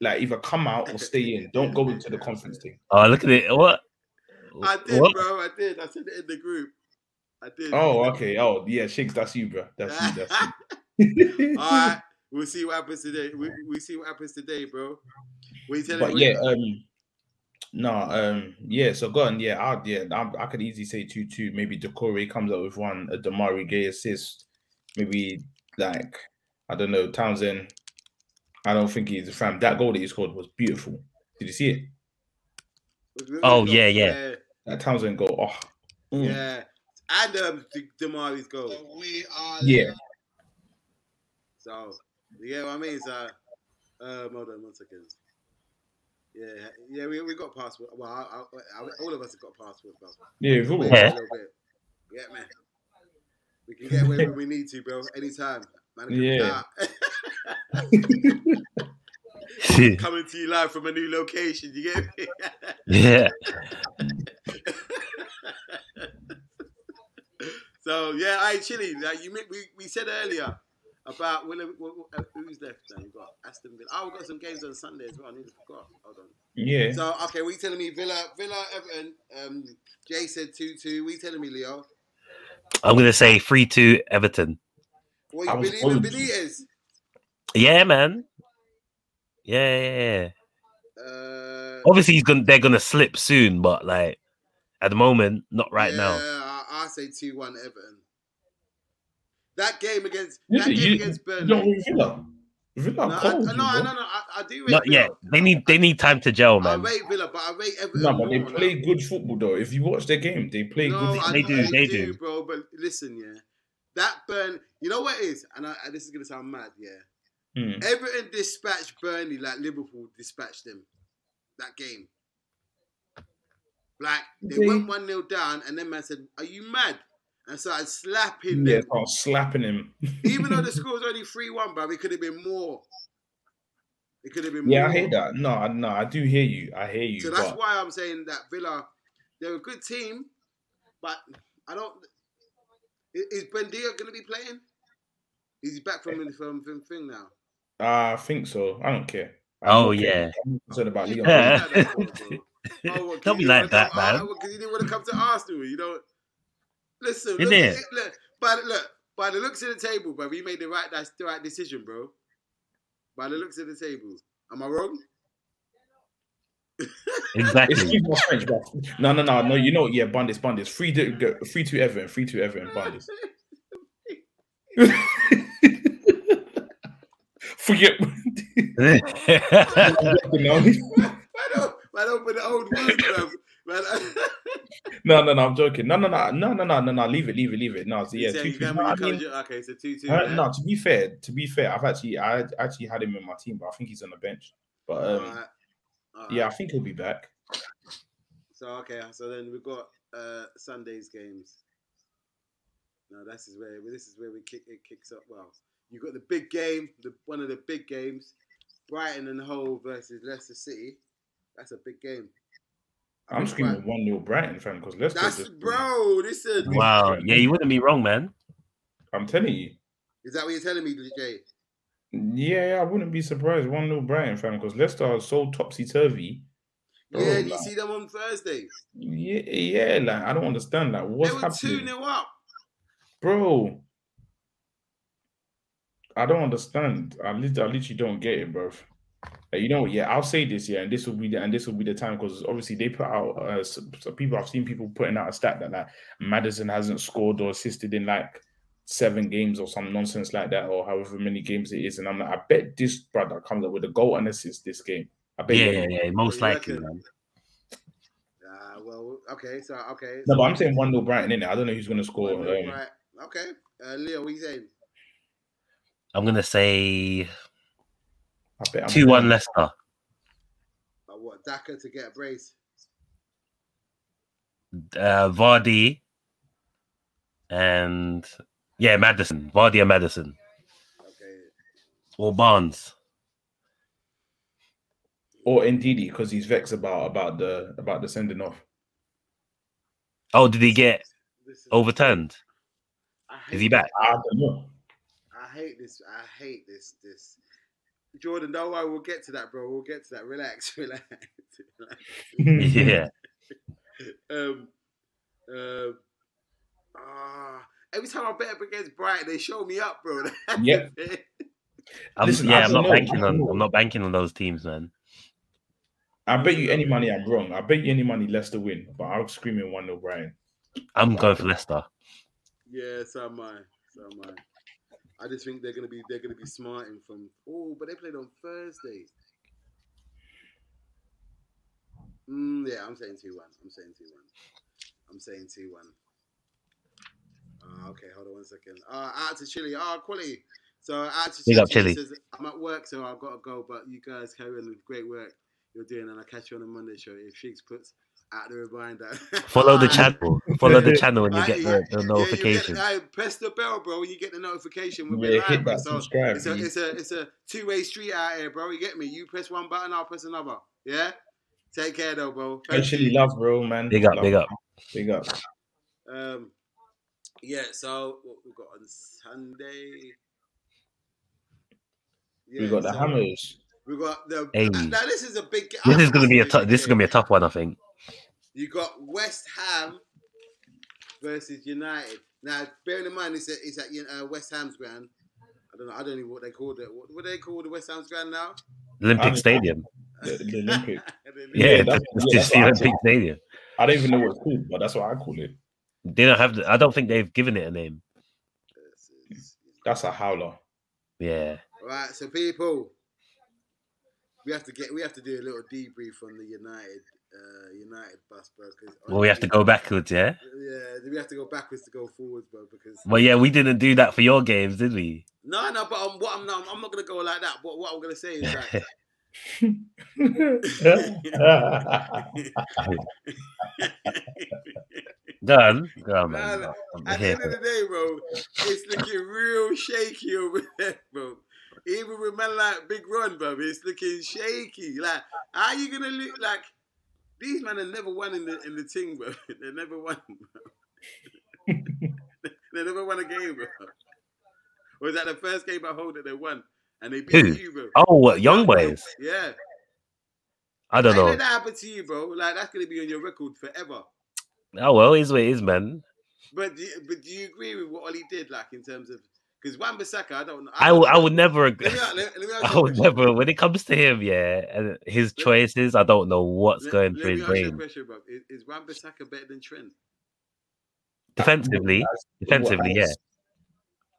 like either come out or stay in. Don't go into the conference thing.
Oh, look at it. What?
I did,
What?
bro. I did. I said it in the group. I did.
Oh, okay. Oh, yeah, Shakes, that's you, bro. That's you. That's you.
All right. We'll see what happens today. We we see what happens today, bro. We tell
but yeah, um, no, um, yeah. So go on, yeah, I'd, yeah, I, I could easily say two two. Maybe Decore comes up with one, a Damari Gay assist. Maybe like I don't know Townsend. I don't think he's a fan. That goal that he scored was beautiful. Did you see it?
Oh, yeah, yeah.
That Townsend goal. Oh,
yeah,
mm.
yeah. And um, D- Damari's goal.
We
Uh,
are
yeah.
So you get what I mean? So um, hold on one second. Yeah, yeah, we, we got passport. Well, I, I, I, all of us have got passports, bro.
Yeah,
Wait
cool.
a
Yeah.
little bit. Yeah, man. We can get away when we need to, bro. Anytime. Man, I can-
Yeah.
Nah. Coming to you live from a new location. You get me?
yeah.
so yeah, I chilly. Like you, mi- we, we said earlier about Willem, wh- wh- uh, who's left now. You got Aston Villa. Oh, we got some games on Sunday as well. I nearly forgot. Hold on.
Yeah.
So okay, we telling me Villa, Villa, Everton. Um, Jay said two two. We telling me Leo.
I'm going to say 3 2 Everton.
Boy,
I
you
was
believe in
told you.
Benitez.
Yeah, man. Yeah, yeah, yeah.
Uh,
Obviously, he's gonna, they're going to slip soon, but like at the moment, not right
Yeah,
now.
I, I say two one Everton. That game against
Yeah,
that game
you-
against
You don't
Burnley.
want Villa. Villa
No, I,
cold.
no,
you
no,
know?
no, no. I, I do rate
Not
Villa.
yet. They need they need time to gel,
I
man.
rate Villa, but I rate Everton.
No, but they
more,
play good football though. If you watch their game, they play
No,
good.
I,
They
I-
do, they do.
bro. But listen, yeah, that burn. You know what it is, and I, I- this is gonna sound mad, yeah.
Mm.
Everton dispatched Burnley like Liverpool dispatched them that game. Like they
They-
went one 0 down, and then man said, "Are you mad?" And started slapping
Yeah,
them.
start slapping him.
Even though the score was only three one, but it could have been more. It could have been.
Yeah,
more.
I hear that. No, I- no, I do hear you. I hear you.
So that's
but
why I'm saying that Villa, they're a good team, but I don't. i- Is Bendia going to be playing? Is he back
Eh.
from from, from thing now?
I think so. I don't care. I'm
Oh,
not
yeah.
caring. I'm not concerned about Leon.
Yeah.
Don't
be like that, man.
Because oh, he didn't want to come to Arsenal. You know. Listen,
Isn't
look,
it?
look, but look, by the looks of the table, bro, he made the right that's the right decision, bro. By the looks of the table, am I wrong?
Exactly.
Excuse my French, but no, no, no, no. You know, yeah, Bundis, Bundis, free to go, free to Everton, free to Everton, Bundis. Forget.
I don't, I don't put the old words, bruv. Man,
no, no, no. I'm joking. No, no, no, no, no, no, no, no. Leave it, leave it, leave it. No, so,
You
yeah.
saying
two-
you can
no, I
recover
mean,
your- okay, so two two.
uh, no, to be fair, to be fair, I've actually, I actually had him in my team, but I think he's on the bench. But um, yeah, I think he'll be back.
So okay, so then we've got uh, Sunday's games. Now this is where this is where we kick it kicks up. Well, you got the big game, the one of the big games, Brighton and Hull versus Leicester City. That's a big game. I
I'm
think Bright-
screaming one 0 Brighton, fam, because Leicester.
That's
just-
bro. Listen,
wow. Yeah, you wouldn't be wrong, man.
I'm telling you.
is that what you're telling me, DJ?
Yeah, I wouldn't be surprised one 0 Brighton, fam, because Leicester are so topsy turvy. Bro,
yeah, you
like-
see them on Thursday.
Yeah, yeah, like I don't understand like what's
they were two
happening,
0 up.
bro. I don't understand. I literally, I literally don't get it, bro. you know, yeah, I'll say this, yeah, and this will be the and this will be the time because obviously they put out uh, s- so people. I've seen people putting out a stat that like Madison hasn't scored or assisted in like seven games or some nonsense like that, or however many games it is. And I'm like, I bet this brother comes up with a goal and assist this game. I bet.
Yeah,
you-
yeah, yeah. Most
What do you
likely,
reckon?
man.
Ah, well, okay, so okay.
No,
so-
but I'm saying one 0 Brighton in it. I don't know who's gonna score.
Right, right,
um,
right. Okay. Uh, Leo, what you saying?
I'm gonna say
I bet I'm
two one Leicester.
About what? Daka to get a brace.
Uh, Vardy and yeah, Madison. Vardy and Madison
Okay.
or Barnes.
or Ndidi because he's vexed about about the about the sending off.
Oh, did he get
This is-
overturned?
I hate
Is he back?
I don't know.
I hate this. I hate this. This. Jordan, don't worry. We'll get to that, bro. We'll get to that. Relax, relax. relax.
Yeah.
Um. Um. Ah. every time I bet up against Brighton, they show me up, bro.
Yep.
I'm,
Listen, I
yeah, I'm
don't
not
know, I
banking
don't
on.
know.
I'm not banking on those teams, man.
I bet you any money I'm wrong. I bet you any money Leicester win, but I'm screaming one 0 Brighton.
I'm going for Leicester.
Yeah, so am I. So am I. I just think they're gonna be they're gonna be smarting from oh, but they played on Thursday. Mm, yeah, I'm saying two one. I'm saying two one. I'm saying two one. Uh, okay, hold on one second. Uh, out to Chile. Ah, quality. So out to
Big up
Chile
Chile.
says, I'm at work, so I've got to go. But you guys carry on with great work you're doing, and I'll catch you on the Monday show if Shiggs puts out the reminder.
Follow the
Ah.
channel. Follow the channel when you
Right,
get
yeah.
the,
Yeah,
the
you get-
notification.
aye, press the bell, bro. When you get the notification, when we're
Yeah,
live,
hit
bro.
that
So
subscribe.
it's a,
you-
it's a, it's a two-way street out here, bro. You get me? You press one button, I'll press another. Yeah. Take care, though, bro.
I
Thank
actually
you.
love, bro, man.
Big up,
Love,
big up.
big up.
Um, yeah. So what we got on Sunday? Yeah,
we got the
so
hammers.
We got the.
Hey.
Now this is a big. ga-
This is gonna be a
Absolutely
tough. This is gonna be a
big
tough one, I think.
game. You got West Ham versus United. Now, bearing in mind, it's at, it's at uh, West Ham's ground. I don't know. I don't even know what they called it. What, what do they call the West Ham's ground now?
Olympic
Um,
Stadium.
The, the Olympic.
Yeah,
yeah,
it's
that's-
it's
yeah, that's
just
what
the
I
Olympic
thought.
Stadium.
I don't even know what it's called, but that's what I call it.
They don't have. The, I don't think they've given it a name.
Versus-
That's a howler.
Yeah.
Right, so people, we have to get we have to do a little debrief from the United uh, United bus, bro. 'cause-
Well, we have to go backwards, yeah.
Yeah, we have to go backwards to go forwards, bro. Because
Well, yeah, we didn't do that for your games, did we?
no, no, but I'm, what I'm not, I'm not gonna go like that. But what I'm gonna say is that
Done. Oh,
Nah,
man.
nah.
I'm
At the
here
end
for
of the day, bro, it's looking real shaky over there, bro. Even with man like Big Ron, bro, it's looking shaky. Like, how you gonna look like these men have never won in the in the thing, bro? They never won, bro. they never won a game, bro. Was that the first game I hold that they won? And they beat
Who?
you, bro.
Oh, what young boys?
Yeah.
I
Hey,
don't know.
let that happen to you, bro. Like that's gonna be on your record forever.
Oh well, it is what it is, man.
But do you, but do you agree with what Ollie did, like in terms of because Wan Bissaka, I don't know.
I would, I would never agree.
Let me, let, let me ask
I
you a
would
question.
never. When it comes to him, yeah, and his choices, I don't know what's
Let-
going
let
through
me
his
ask you a
brain.
question, bro. Is, is Wan Bissaka better than Trent?
Defensively, defensively, yeah.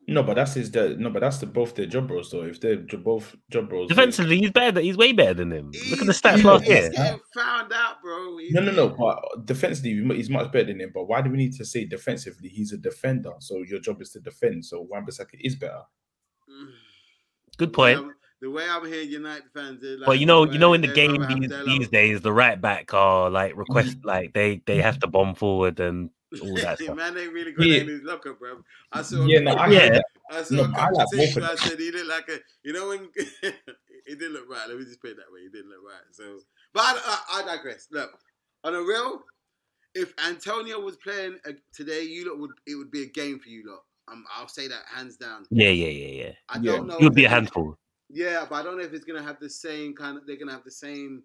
No, but that's his. The, no, but that's the both their job roles though. If they're jo- both job roles, they-
Defensively, he's better. than- He's way better than him. Look at the
He's
stats
getting-
last
he's
year.
getting found out, bro. He's
No, no, no.
getting-
But defensively, we mu- he's much better than him. But why do we need to say defensively? He's a defender, so your job is to defend. So Wan-Bissaka is better.
Mm.
Good
The way
point.
I'm- The way I'm hearing United fans, they're like,
But you know, you know, in the
they're
game
like,
these,
they're like-
these days, the right back are like request, like they they have to bomb forward and all that stuff.
man, they really got
Yeah.
in his locker, bro. I saw,
Yeah, no, I
Yeah.
heard that.
I saw
no,
a
but I
couple
like
of things
both of
where I said he looked like a, you know, when it didn't look right. Let me just put it that way. It didn't look right. So, but I, I, I digress. Look, on a real, if Antonio was playing uh, today, you lot would it would be a game for you lot. Um, I'll say that hands down.
Yeah, yeah, yeah, yeah.
I
Yeah.
don't know.
You'll
if
be a
it-
handful.
yeah, but I don't know if it's gonna have the same kind of. They're gonna have the same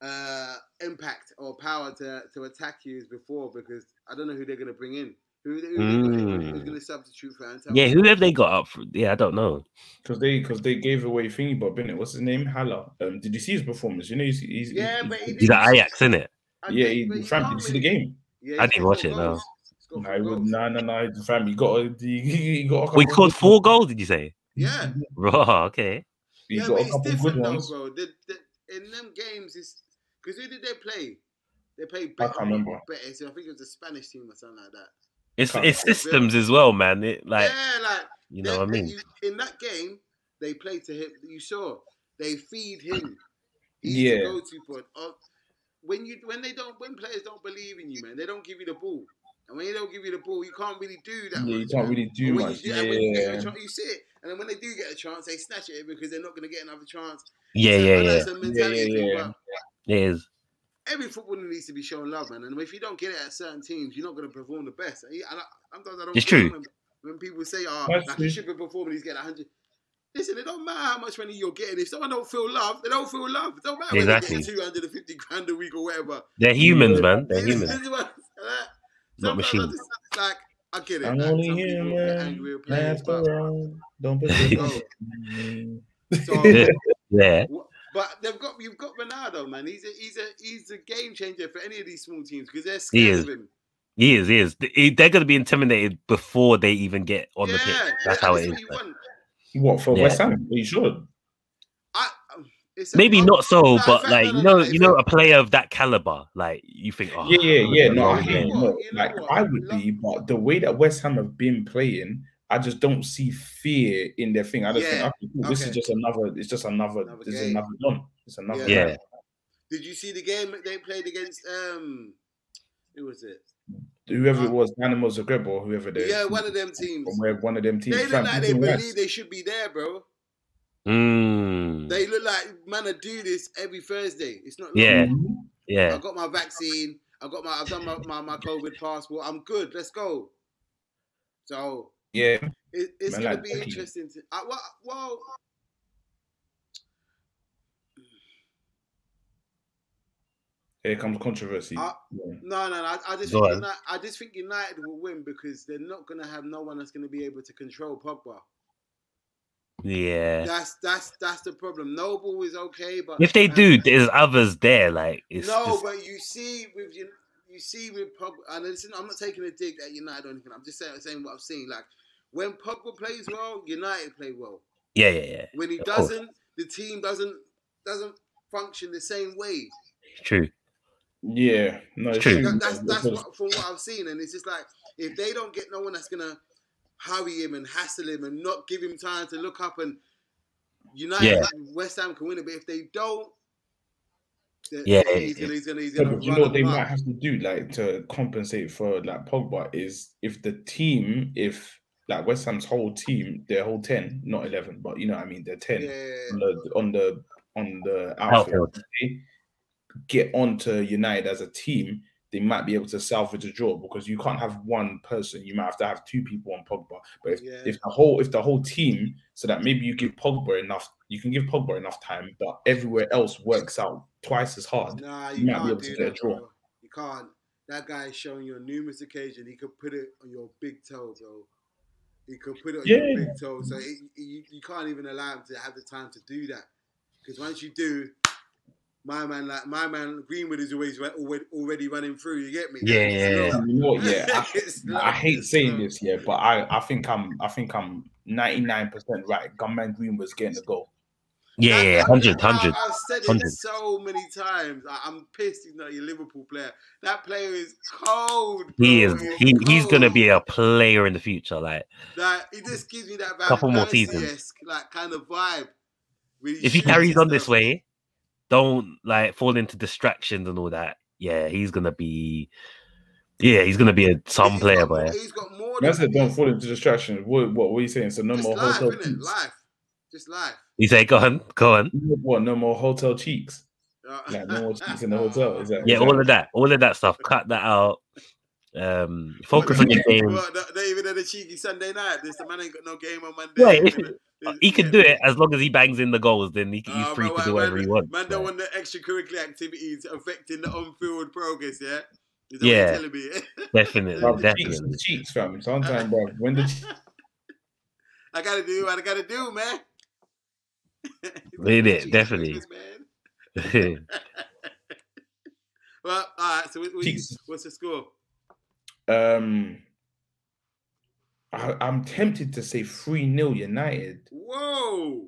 uh, impact or power to, to attack you as before because I don't know who they're gonna bring in. Who, who they gonna- who's
Mm.
gonna substitute for Antonio?
Yeah, who have they got up? For? Yeah, I don't know.
Because they because they gave away thingy bob, innit? What's his name? Haller. Um, did you see his performance? You know, he's, he's
Yeah,
he's-
but he
He's at Ajax, isn't it?
I
yeah,
think-
he,
but you
fam,
can't
did you see the
really-
game?
Yeah,
I
he "Oh,
didn't watch
scored
it, no.
goals. He scored
No,
four
he was,
goals.
no, no, no, fam. He got a, he, he got a couple
We scored four goals. Did you say?
Yeah,
Raw. Okay.
He
yeah,
got
but
a
it's
couple good
different though,
ones.
bro. The, the, in them games, it's because who did they play? They played
I
Betis.
can't remember.
Betis, I think it was a Spanish team or something like that.
It's
Can't
it's
remember.
systems as well, man. It like
yeah, like
you know
They-
what I mean.
you- in that game, they play to him. You saw they feed him.
Yeah.
Go to point. Oh, when you when they don't when players don't believe in you, man, they don't give you the ball. And when they don't give you the ball, you can't really do that.
Yeah, you
much,
can't
man.
really
But
do
when
much.
You, and when you, get a
Yeah,
chance, you see it, and then when they do get a chance, they snatch it because they're not going to get another chance. So
Yeah, yeah,
I know
yeah.
it's a mentality
yeah,
thing,
yeah.
but
It is.
every footballer needs to be shown love, man. And if you don't get it at certain teams, you're not going to perform the best. And I, sometimes I don't
It's
get
true.
When, when people say, "Oh,
That's
like,
true.
he should be performing, he's getting 100." Listen, it don't matter how much money you're getting. If someone don't feel love, they don't feel love. It don't matter
Exactly.
whether they're getting 250 grand a week or whatever.
They're humans,
Yeah.
man. They're
This is-
humans,
this is what- like,
not
sometimes I
machines.
just- Like, I get it.
I'm
like,
only
some people get angry
human.
with players,
That's
but,
around. Don't put your
bro,
Mm.
so,
Yeah.
But they've got you've got Ronaldo, man. He's a he's a he's a game changer for any of these small teams because they're
He
scared
is.
of him.
He is. He is. Th- he- They're going to be intimidated before they even get on the pitch. That's how
and
it
it's
is.
what you
man.
want.
What for
Yeah.
West Ham? Are you sure?
I, um, it's a-
Maybe
I'm-
not
No,
so,
in
but
fact,
like
no, no,
you know,
no,
you
it's
know,
not-
a player of that caliber, like you think, oh,
yeah, yeah,
I'm
yeah.
gonna
No,
go
I
in
hear
there.
you.
know
No,
what, you know
like
what,
I would
lo-
be, but the way that West Ham have been playing, I just don't see fear in their thing. I just
Yeah,
think okay, cool, this
okay.
is just another. It's just another.
Another
this is
game.
another done. It's another.
Yeah.
round.
Did you see the game that they played against? Um, who was it?
Whoever it was, Dynamo Zagreb or whoever they.
Uh, Yeah, one of them teams.
From where one of them teams.
They look
Fam,
like they
even worse.
believe they should be there, bro.
Hmm. Mm.
They look like man, I do this every Thursday. It's not.
Yeah.
Mhm.
I
Yeah.
got my vaccine. I got my. I've done my, my, my COVID passport. I'm good. Let's go. So
Yeah.
It, it's
Man,
going to
like,
be
Becky.
interesting. To, I, well, well,
Here comes controversy.
Uh,
Yeah.
no, no, no. I, I just
Go
think
on.
United, I just think United will win because they're not going to have no one that's going to be able to control Pogba.
Yeah.
That's that's that's the problem. Noble is okay, but
If they
and-
do, there's others there. Like it's
no.
just-
But you see with you, you see with Pogba. And listen, I'm not taking a dig at United or anything. I'm just saying, saying what I've seen. Like when Pogba plays well, United play well.
Yeah, yeah, yeah.
When he
Of course.
doesn't, the team doesn't doesn't function the same way.
True.
Yeah, no, it's
True.
true.
That- that's that's
because-
what, from what I've seen, and it's just like if they don't get no one that's gonna hurry him and hassle him and not give him time to look up and United
Yeah.
like West Ham can win it, but if they don't, then
Yeah,
he's
it-
gonna he's gonna he's
Yeah,
gonna
but you
run
know what they
them
might
up.
have to do, like to compensate for like Pogba, is if the team, if like West Ham's whole team, their whole ten, not eleven, but you know what I mean, their ten on
Yeah,
the on the on the outfield,
Outfield.
get onto United as a team, they might be able to salvage a draw because you can't have one person. You might have to have two people on Pogba. But if,
Yeah.
if the whole if the whole team, so that maybe you give Pogba enough, you can give Pogba enough time, but everywhere else works out twice as hard.
nah,
You
you
might be
can't
able to
do
get a
that.
draw.
Bro. You can't. That guy is showing you on numerous occasions. He could put it on your big toe, bro. He could put it on
Yeah.
your big toe. So it, you, you can't even allow him to have the time to do that. Because once you do, my man, like my man Greenwood is always re- already, already running through. You get me?
Yeah, yeah,
It's
You know what,
slow.
yeah, I-
It's slow.
I hate
It's uh,
saying
slow.
this, yeah, but I, I think I'm I think I'm 99 percent right. Gunman Green was getting the goal.
Yeah, yeah, yeah. 100,
I-
100.
I've said it
100.
so many times. I, I'm pissed he's not your Liverpool player. That player is cold. Bro.
He is. He, he's
cold.
gonna be a player in the future. Like
Like it just gives me that Van
Couple more
Persie-esque, like kind of vibe. When
if he
shoots
carries
and
on this
stuff.
way, don't like fall into distractions and all that. Yeah, he's gonna be. Yeah, he's gonna be a some
He's
player,
got-
boy.
He's got more
That's
than
it. Don't fall into distractions. What what were you saying? So no
just
more
life,
hotel
innit?
cheeks.
Life, just life.
He said, "Go on, go on."
What no more hotel cheeks.
Uh,
Like no more cheeks in the hotel. Is that,
Yeah,
is that-
all of that, all of that stuff. Cut that out. Um, focus on your game.
Well, they- they even had a cheeky Sunday night. This the man ain't got no game on Monday.
Yeah, if-
This-
He can
yeah.
do it as long as he bangs in the goals. Then he, he's
Oh,
free
bro,
to
man-
do whatever
man,
he wants.
Man don't
like.
want the extracurricular activities affecting the on-field progress. Yeah, is that what
Yeah.
you're telling me?
Definitely,
Bruv, the cheeks,
definitely.
the cheeks, fam. Sometimes, bro, when the cheeks,
I gotta do what I gotta do, man.
Read it,
Jesus
definitely.
Christ, man. Well, all right. So, what, what you-
Jesus.
what's the score?
um, I, I'm tempted to say three 0 United,
Whoa!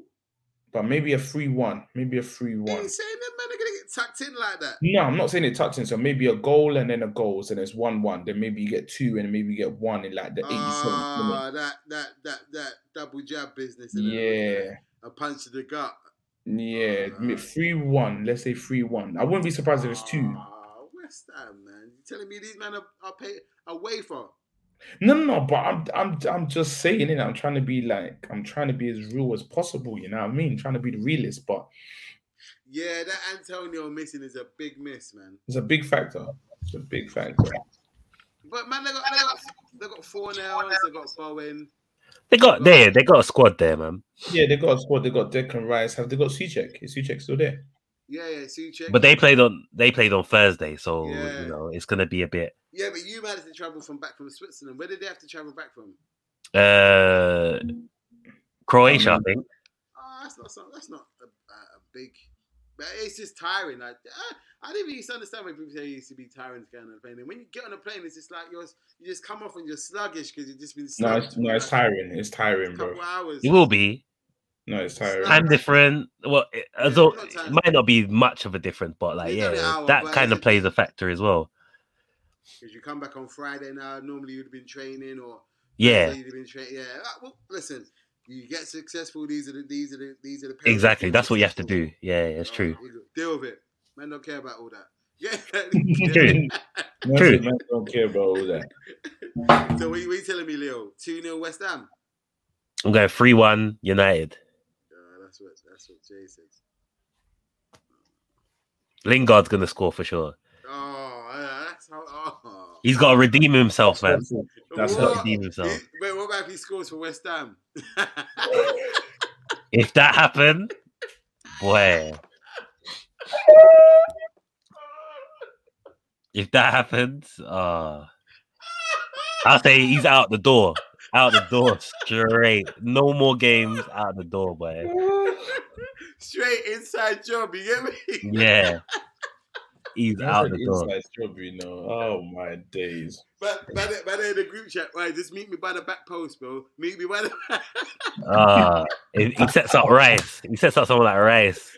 but maybe a three one, maybe a three
You
one.
ain't saying that man are gonna get tucked in like that.
No, I'm not saying it tucked in. So maybe a goal and then a goal, so there's one one. Then maybe you get two, and maybe you get one in like the 87th minute.
Ah, that that that that double jab business. and everything.
Yeah,
a punch to the gut.
yeah,
Alright.
three one. Let's say three one. I wouldn't be surprised if it's two.
Ah, West Ham, man. You telling me these men are, are pay a wafer?
No, no, no, but I'm I'm I'm just saying it. I'm trying to be like I'm trying to be as real as possible, you know what I mean? Trying to be the realist, but
Yeah, that Antonio missing is a big miss, man.
it's a big factor. It's a big factor.
But man, they got they got, they got four nails. They got Bowen.
They got there. They got a squad there, man.
Yeah, they got a squad, they got Declan Rice. Have they got Suchek? Is Suchek still there?
Yeah, yeah. Suchek.
But they played on. They played on Thursday, so
Yeah.
you know it's gonna be a bit.
yeah, but you managed to travel from back from Switzerland. Where did they have to travel back from?
Uh, Croatia, I
Um,
think.
Oh, that's not something. That's not a, a a big. But it's just tiring. Like ah, I, I didn't even understand when people say it used to be tiring to get on a plane. And when you get on a plane, it's just like you're, you just come off and you're sluggish because you've just been
No,
slugged
it's
for
no, it's
like
tiring. It's tiring,
a
bro.
couple hours.
It will be
No, it's tiring.
time different. Well, it, although
it's
it
not time.
might not be much of a difference, but like
It's
yeah,
only an hour,
that
but
kind of
it's-
plays a factor as well.
Because you come back on Friday now. Normally you'd have been training or
Yeah,
you'd have been training. Yeah. Ah, Well, listen, you get successful. These are the these are the these are the penalties
exactly.
for
That's what you have to
successful.
do. Yeah, yeah, it's
Oh,
true.
you Deal with it. Man, don't care about all that. Yeah.
True.
No,
True.
man, I don't care about all that.
So what you, what you telling me, Leo? Two 0 West Ham.
I'm going three one United.
Uh, that's what that's what Jay said.
Lingard's gonna score for sure.
Oh, uh, that's how. Oh.
He's got to redeem himself, man.
That's
He's
What?
got
not
to redeem himself.
He- Wait, what about if he scores for West Ham?
If that happened, boy. If that happens, uh I'll say he's out the door. Out the door straight. No more games out the door, boy.
Straight inside job. You get me?
Yeah. He's
That's
out
an
the door.
inside job, you know. Oh my days.
But by the, by the, the group chat, right? Just meet me by the back post, bro. Meet me by the.
Ah, he, he sets up rice. He sets up someone like rice.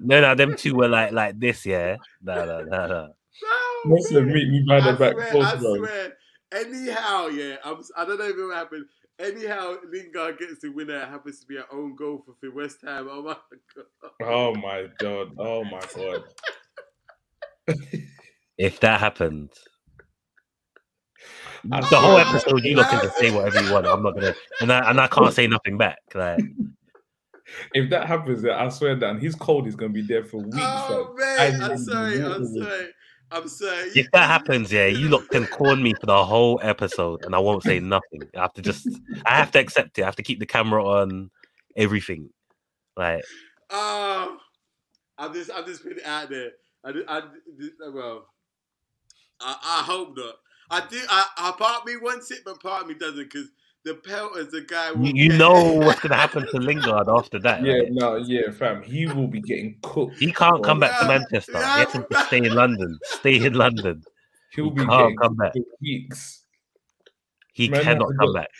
No, no, them two were like like this, yeah. No, no, no, no.
No,
Muslim
man.
meet me by the
I
back
swear,
post,
I
bro.
swear. Anyhow, yeah, I'm, s- I don't know if it happened. Anyhow, Lingard gets the winner. It happens to be an own goal for, for West Ham. Oh my god!
Oh my god. Oh my god.
If that happened,
I
the whole
swear.
episode, you lot can just say whatever you want. I'm not gonna, and I and I can't say nothing back. Like,
If that happens, I swear that his cold is gonna be there for weeks.
Oh
fam.
man,
I
I'm sorry, I'm
remember.
sorry, I'm sorry.
if that happens, yeah, you lot can corn me for the whole episode, and I won't say nothing. I have to just, I have to accept it. I have to keep the camera on everything. Like,
Oh, I'm just, I'm just putting it out there. I, d- I d- well, I, I hope not. I do. I, I part me wants it, but part me doesn't because the pelt is the guy. will
you, you
get-
know what's gonna happen to Lingard after that.
Yeah,
like.
no, yeah, fam. He will be getting cooked.
He can't come back to
Yeah,
Manchester.
yeah.
He has to stay in London. Stay in London.
He'll be
can't
getting
come back.
cooked for weeks.
He
Man,
cannot
that's
come
good.
back.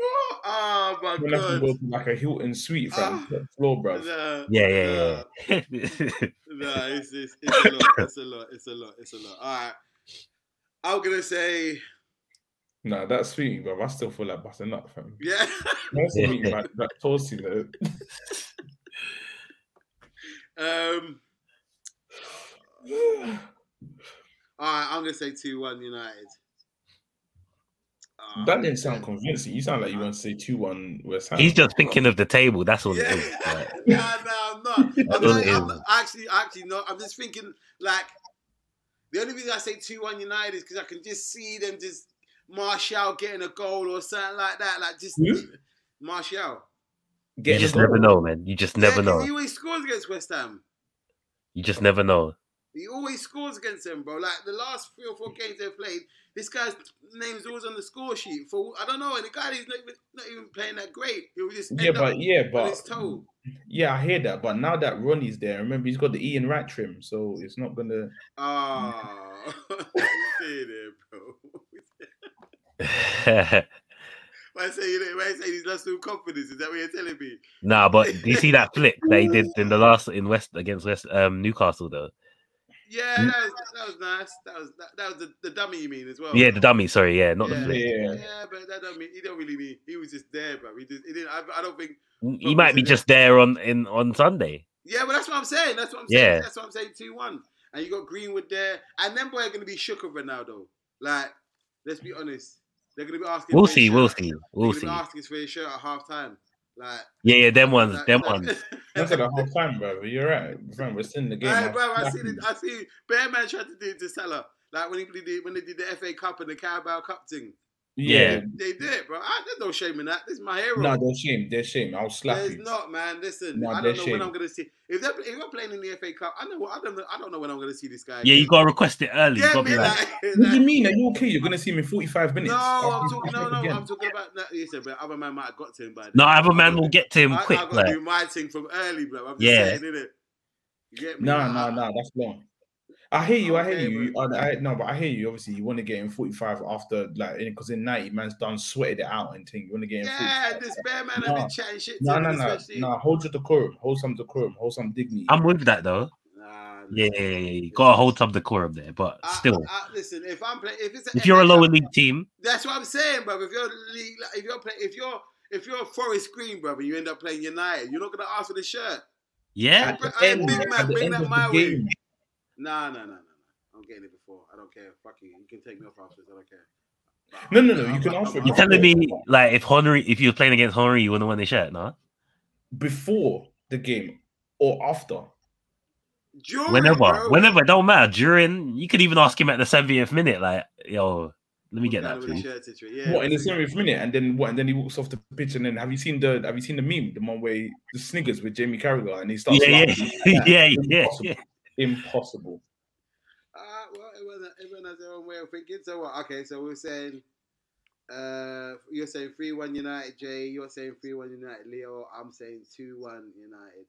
What? Oh my
We'll have to
god!
go to like a Hilton suite, fam.
Ah.
top floor, bro.
Nah, nah.
Yeah, yeah, yeah. yeah.
No, it's, it's, it's a lot. It's a lot. It's a lot. It's a lot. All right. I'm gonna say
Nah, that suite, bro. I still feel like busting up, fam.
yeah.
That's
Yeah.
sweet, man. That toast, you know.
Um. All right. I'm gonna say two one United. Ah,
That didn't sound convincing. You sound like you want to say two one West Ham.
He's just thinking of the table. That's all
Yeah.
it is. Like,
nah, nah, I'm not. I'm,
all
not,
it
I'm
is.
actually, actually not. I'm just thinking like the only reason I say two one United is because I can just see them just Martial getting a goal or something like that. Like just
Who?
Martial.
you
Getting
just
a goal.
never know, man. You just never
Yeah, 'cause
know.
He always scores against West Ham.
You just never know.
He always scores against them, bro. Like the last three or four games they've played, this guy's name's always on the score sheet. For I don't know, and the guy is not even, not even playing that great. He'll just
Yeah,
end up
but yeah,
on
but
his toe.
yeah, I hear that. But now that Ronnie's there, remember he's got the Ian Rat trim, so it's not gonna.
Oh, you see there, bro. Why say you? Why say he's lost all confidence? Is that what you're telling me?
nah, but do you see that flick they did in the last in West against West um, Newcastle though?
Yeah,
Mm.
that was, that was nice. That was that, that was the, the dummy you mean as well.
Yeah, the dummy. Sorry, yeah, not the
Oh. Yeah.
flick.
Yeah,
Yeah, but that don't mean he don't really need. He was just there, bro. He, just, he didn't. I, I don't think
He might be just there on in on Sunday.
Yeah, but that's what I'm saying. That's what I'm saying.
Yeah.
That's what I'm saying. Two one, and you got Greenwood there, and them boy are gonna be shook of Ronaldo. Like, let's be honest, they're gonna be asking.
We'll
for his
see. We'll
shirt.
see.
They're
We'll
gonna be
see. Yeah,
asking for his shirt at half time. Like,
yeah, them ones.
like,
Them
like-
ones.
that's at the half time, brother. You're right, fam. We're still in the game.
Hey,
man.
bro, I see. it. I see. Bear man tried to do it to Salah. Like when he did when they did the FA Cup and the Carabao Cup thing,
Yeah,
Yeah.
they did, it, bro. I, there's no shame in that. This is my hero.
no, they're shame. They're shame. I'll slap
There's
you.
not, man. Listen,
Nah,
I
they're
don't know
shame.
when I'm gonna see. If they're if we're playing in the FA Cup, I know. I don't. know- I don't know when I'm gonna see this guy.
Yeah,
again.
you gotta request it early. You
Yeah,
gotta be
me,
like,
like-
What do
like-
you mean? Are you okay? You're gonna see him in 45 minutes.
No,
I'll
I'm
see
talking.
you
No, no,
again.
I'm talking about. No, listen, but other man might have got to him by then.
no, other man will get to him
I,
quick.
I gotta
like,
do my thing from early, bro. I'm just
Yeah.
saying, innit? You get me?
No,
Like,
no,
I-
no, that's long. I hear you. I hear
Okay,
you. you. I, I, no, but I hear you. Obviously, you want to get in 45 after, like, because in 90, man's done sweated it out and thing. You want to get in
Yeah,
45.
this bear man
No.
have been chatting shit to
No,
him,
no, no,
especially.
no. Hold your decorum. Hold some decorum. Hold some dignity.
I'm with that though.
Nah, nah.
Yeah, yeah, yeah, yeah. You gotta hold some decorum there, but
I-
still,
I- I- listen, if I'm playing, if it's an
if you're a
FA
lower
Cup-
league team,
that's what I'm saying, bro. If you're league, like, if you're playing, if you're if you're Forest Green, brother, you end up playing United. You're not gonna ask for the shirt.
yeah,
At the
Hey,
end,
big
at
man,
the
bring
end
that
of
my
the
way.
game,
Nah, nah, nah, nah, nah. I'm getting it before. I don't care. Fuck you. You can take me off after. I don't care.
No, no, no, you can ask for it
you're telling me like if Honorary, if you're playing against Honorary, you wouldn't win the shirt, no?
before the game or after.
Jewelry,
Whenever,
bro.
whenever, don't matter. During, you could even ask him at the 70th minute, like, yo, let me get
Kind of
that,
with a
please.
shirt situation, yeah.
What in the seventh minute, and then what? And then he walks off the pitch, and then have you seen the have you seen the meme, the one where he- the Snickers with Jamie Carragher, and he starts
Yeah,
laughing
yeah,
like that?
yeah, yeah,
Impossible.
yeah.
Impossible.
Uh, well, everyone, everyone has their own way of thinking. So what? Okay, so we're saying, uh, you're saying three one United, Jay. You're saying three one United, Leo. I'm saying two one United.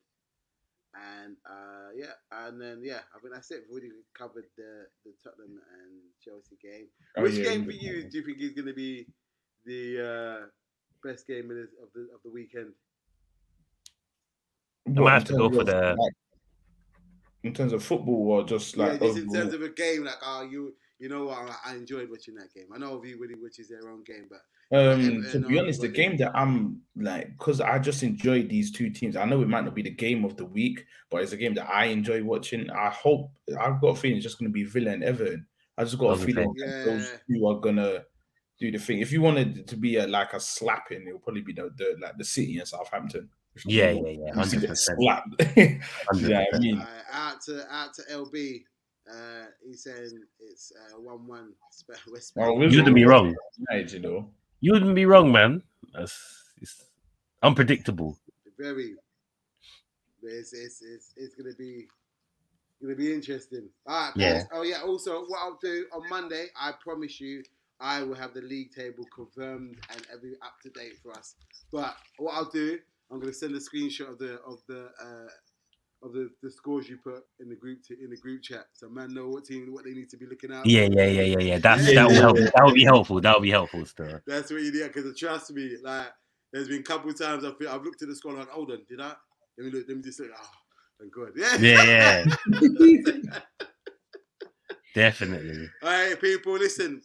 And uh, yeah, and then yeah, I think that's it. We've already covered the, the Tottenham and Chelsea game.
Oh,
Which
yeah,
game
in
for
the
you
corner.
do you think is going to be the uh, best game of the, of the of the weekend?
What,
I
in
have to go
terms
for
of,
the-
like, in terms of football or just like
yeah, just in
overall?
terms of a game, like oh, you you know what, I, I enjoyed watching that game. I know everybody watches their own game, but
Um, to
and
be honest, the
everybody.
game that I'm like, because I just enjoy these two teams. I know it might not be the game of the week, but it's a game that I enjoy watching. I hope I've got a feeling it's just going to be Villa and Everton. I just got a
Doesn't
feeling
change.
that those
Yeah.
two are gonna do the thing. If you wanted it to be a, like a slapping, it'll probably be the, the like the City and Southampton. If you
Yeah,
want
yeah, yeah.
to see
Hundred
the
percent.
slap. You know what I
100%.
mean?
uh, out to out to LB. Uh, he's saying it's uh, one one.
Oh,
You wouldn't be wrong.
United, you know.
You wouldn't be wrong, man. That's it's unpredictable.
very. It's it's it's, it's gonna be gonna be interesting. All right,
Yeah.
guys. Oh yeah. Also, what I'll do on Monday, I promise you, I will have the league table confirmed and every up to date for us. But what I'll do, I'm gonna send a screenshot of the of the. Uh, of the, the scores you put in the group to, in the group chat, so man know what team what they need to be looking out. for.
Yeah, yeah, yeah, yeah, yeah. That's
Yeah,
that will
yeah,
help.
yeah.
That would be helpful. That would be helpful still.
That's what you do because trust me, like there's been a couple of times I feel, I've looked at the score like, hold on, did I? Let me look. Let me just look. Oh, thank God. Yeah.
Yeah, yeah. Definitely.
All right, people, listen.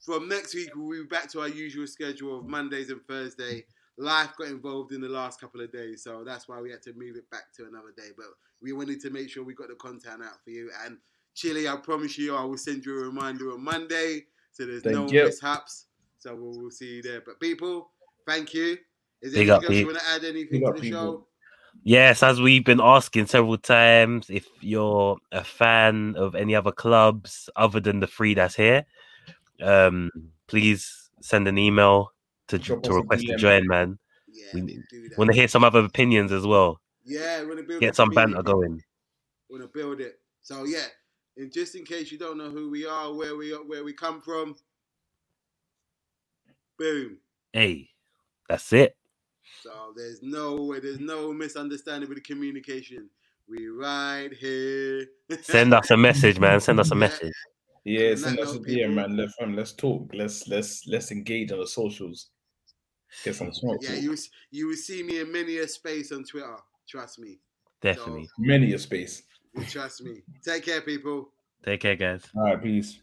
From next week, we'll be back to our usual schedule of Mondays and Thursday. Life got involved in the last couple of days, so that's why we had to move it back to another day. But we wanted to make sure we got the content out for you. And Chile, I promise you, I will send you a reminder on Monday, so there's
Thank
no
you.
mishaps. So we'll, we'll see you there. But people, thank you. Is there
Big up,
anything else you
Pete.
want to add anything
Big
to
up,
the
people.
show?
Yes, as we've been asking several times, if you're a fan of any other clubs other than the three that's here, um, please send an email to
Drop
to
us a
request to
DM.
join, man.
Yeah,
We-
we, do that.
Want to hear some other opinions as well.
yeah, we want to build
Get
a
some
community.
banter going.
want to build it. So yeah, and just in case you don't know who we are, where we are, where we come from, boom.
Hey, that's it.
So there's no way, there's no misunderstanding with the communication. We right here.
Send us a message, man. Send us a
Yeah.
message.
Yeah,
On
send
that
us a DM,
note, people-
man. Let's, um, let's talk. Let's let's let's engage on the socials. Get some smoke.
yeah, you s- you will see me in many a space on Twitter. Trust me.
Definitely.
Many a space.
Trust me. Take care, people.
Take care, guys.
All right, peace.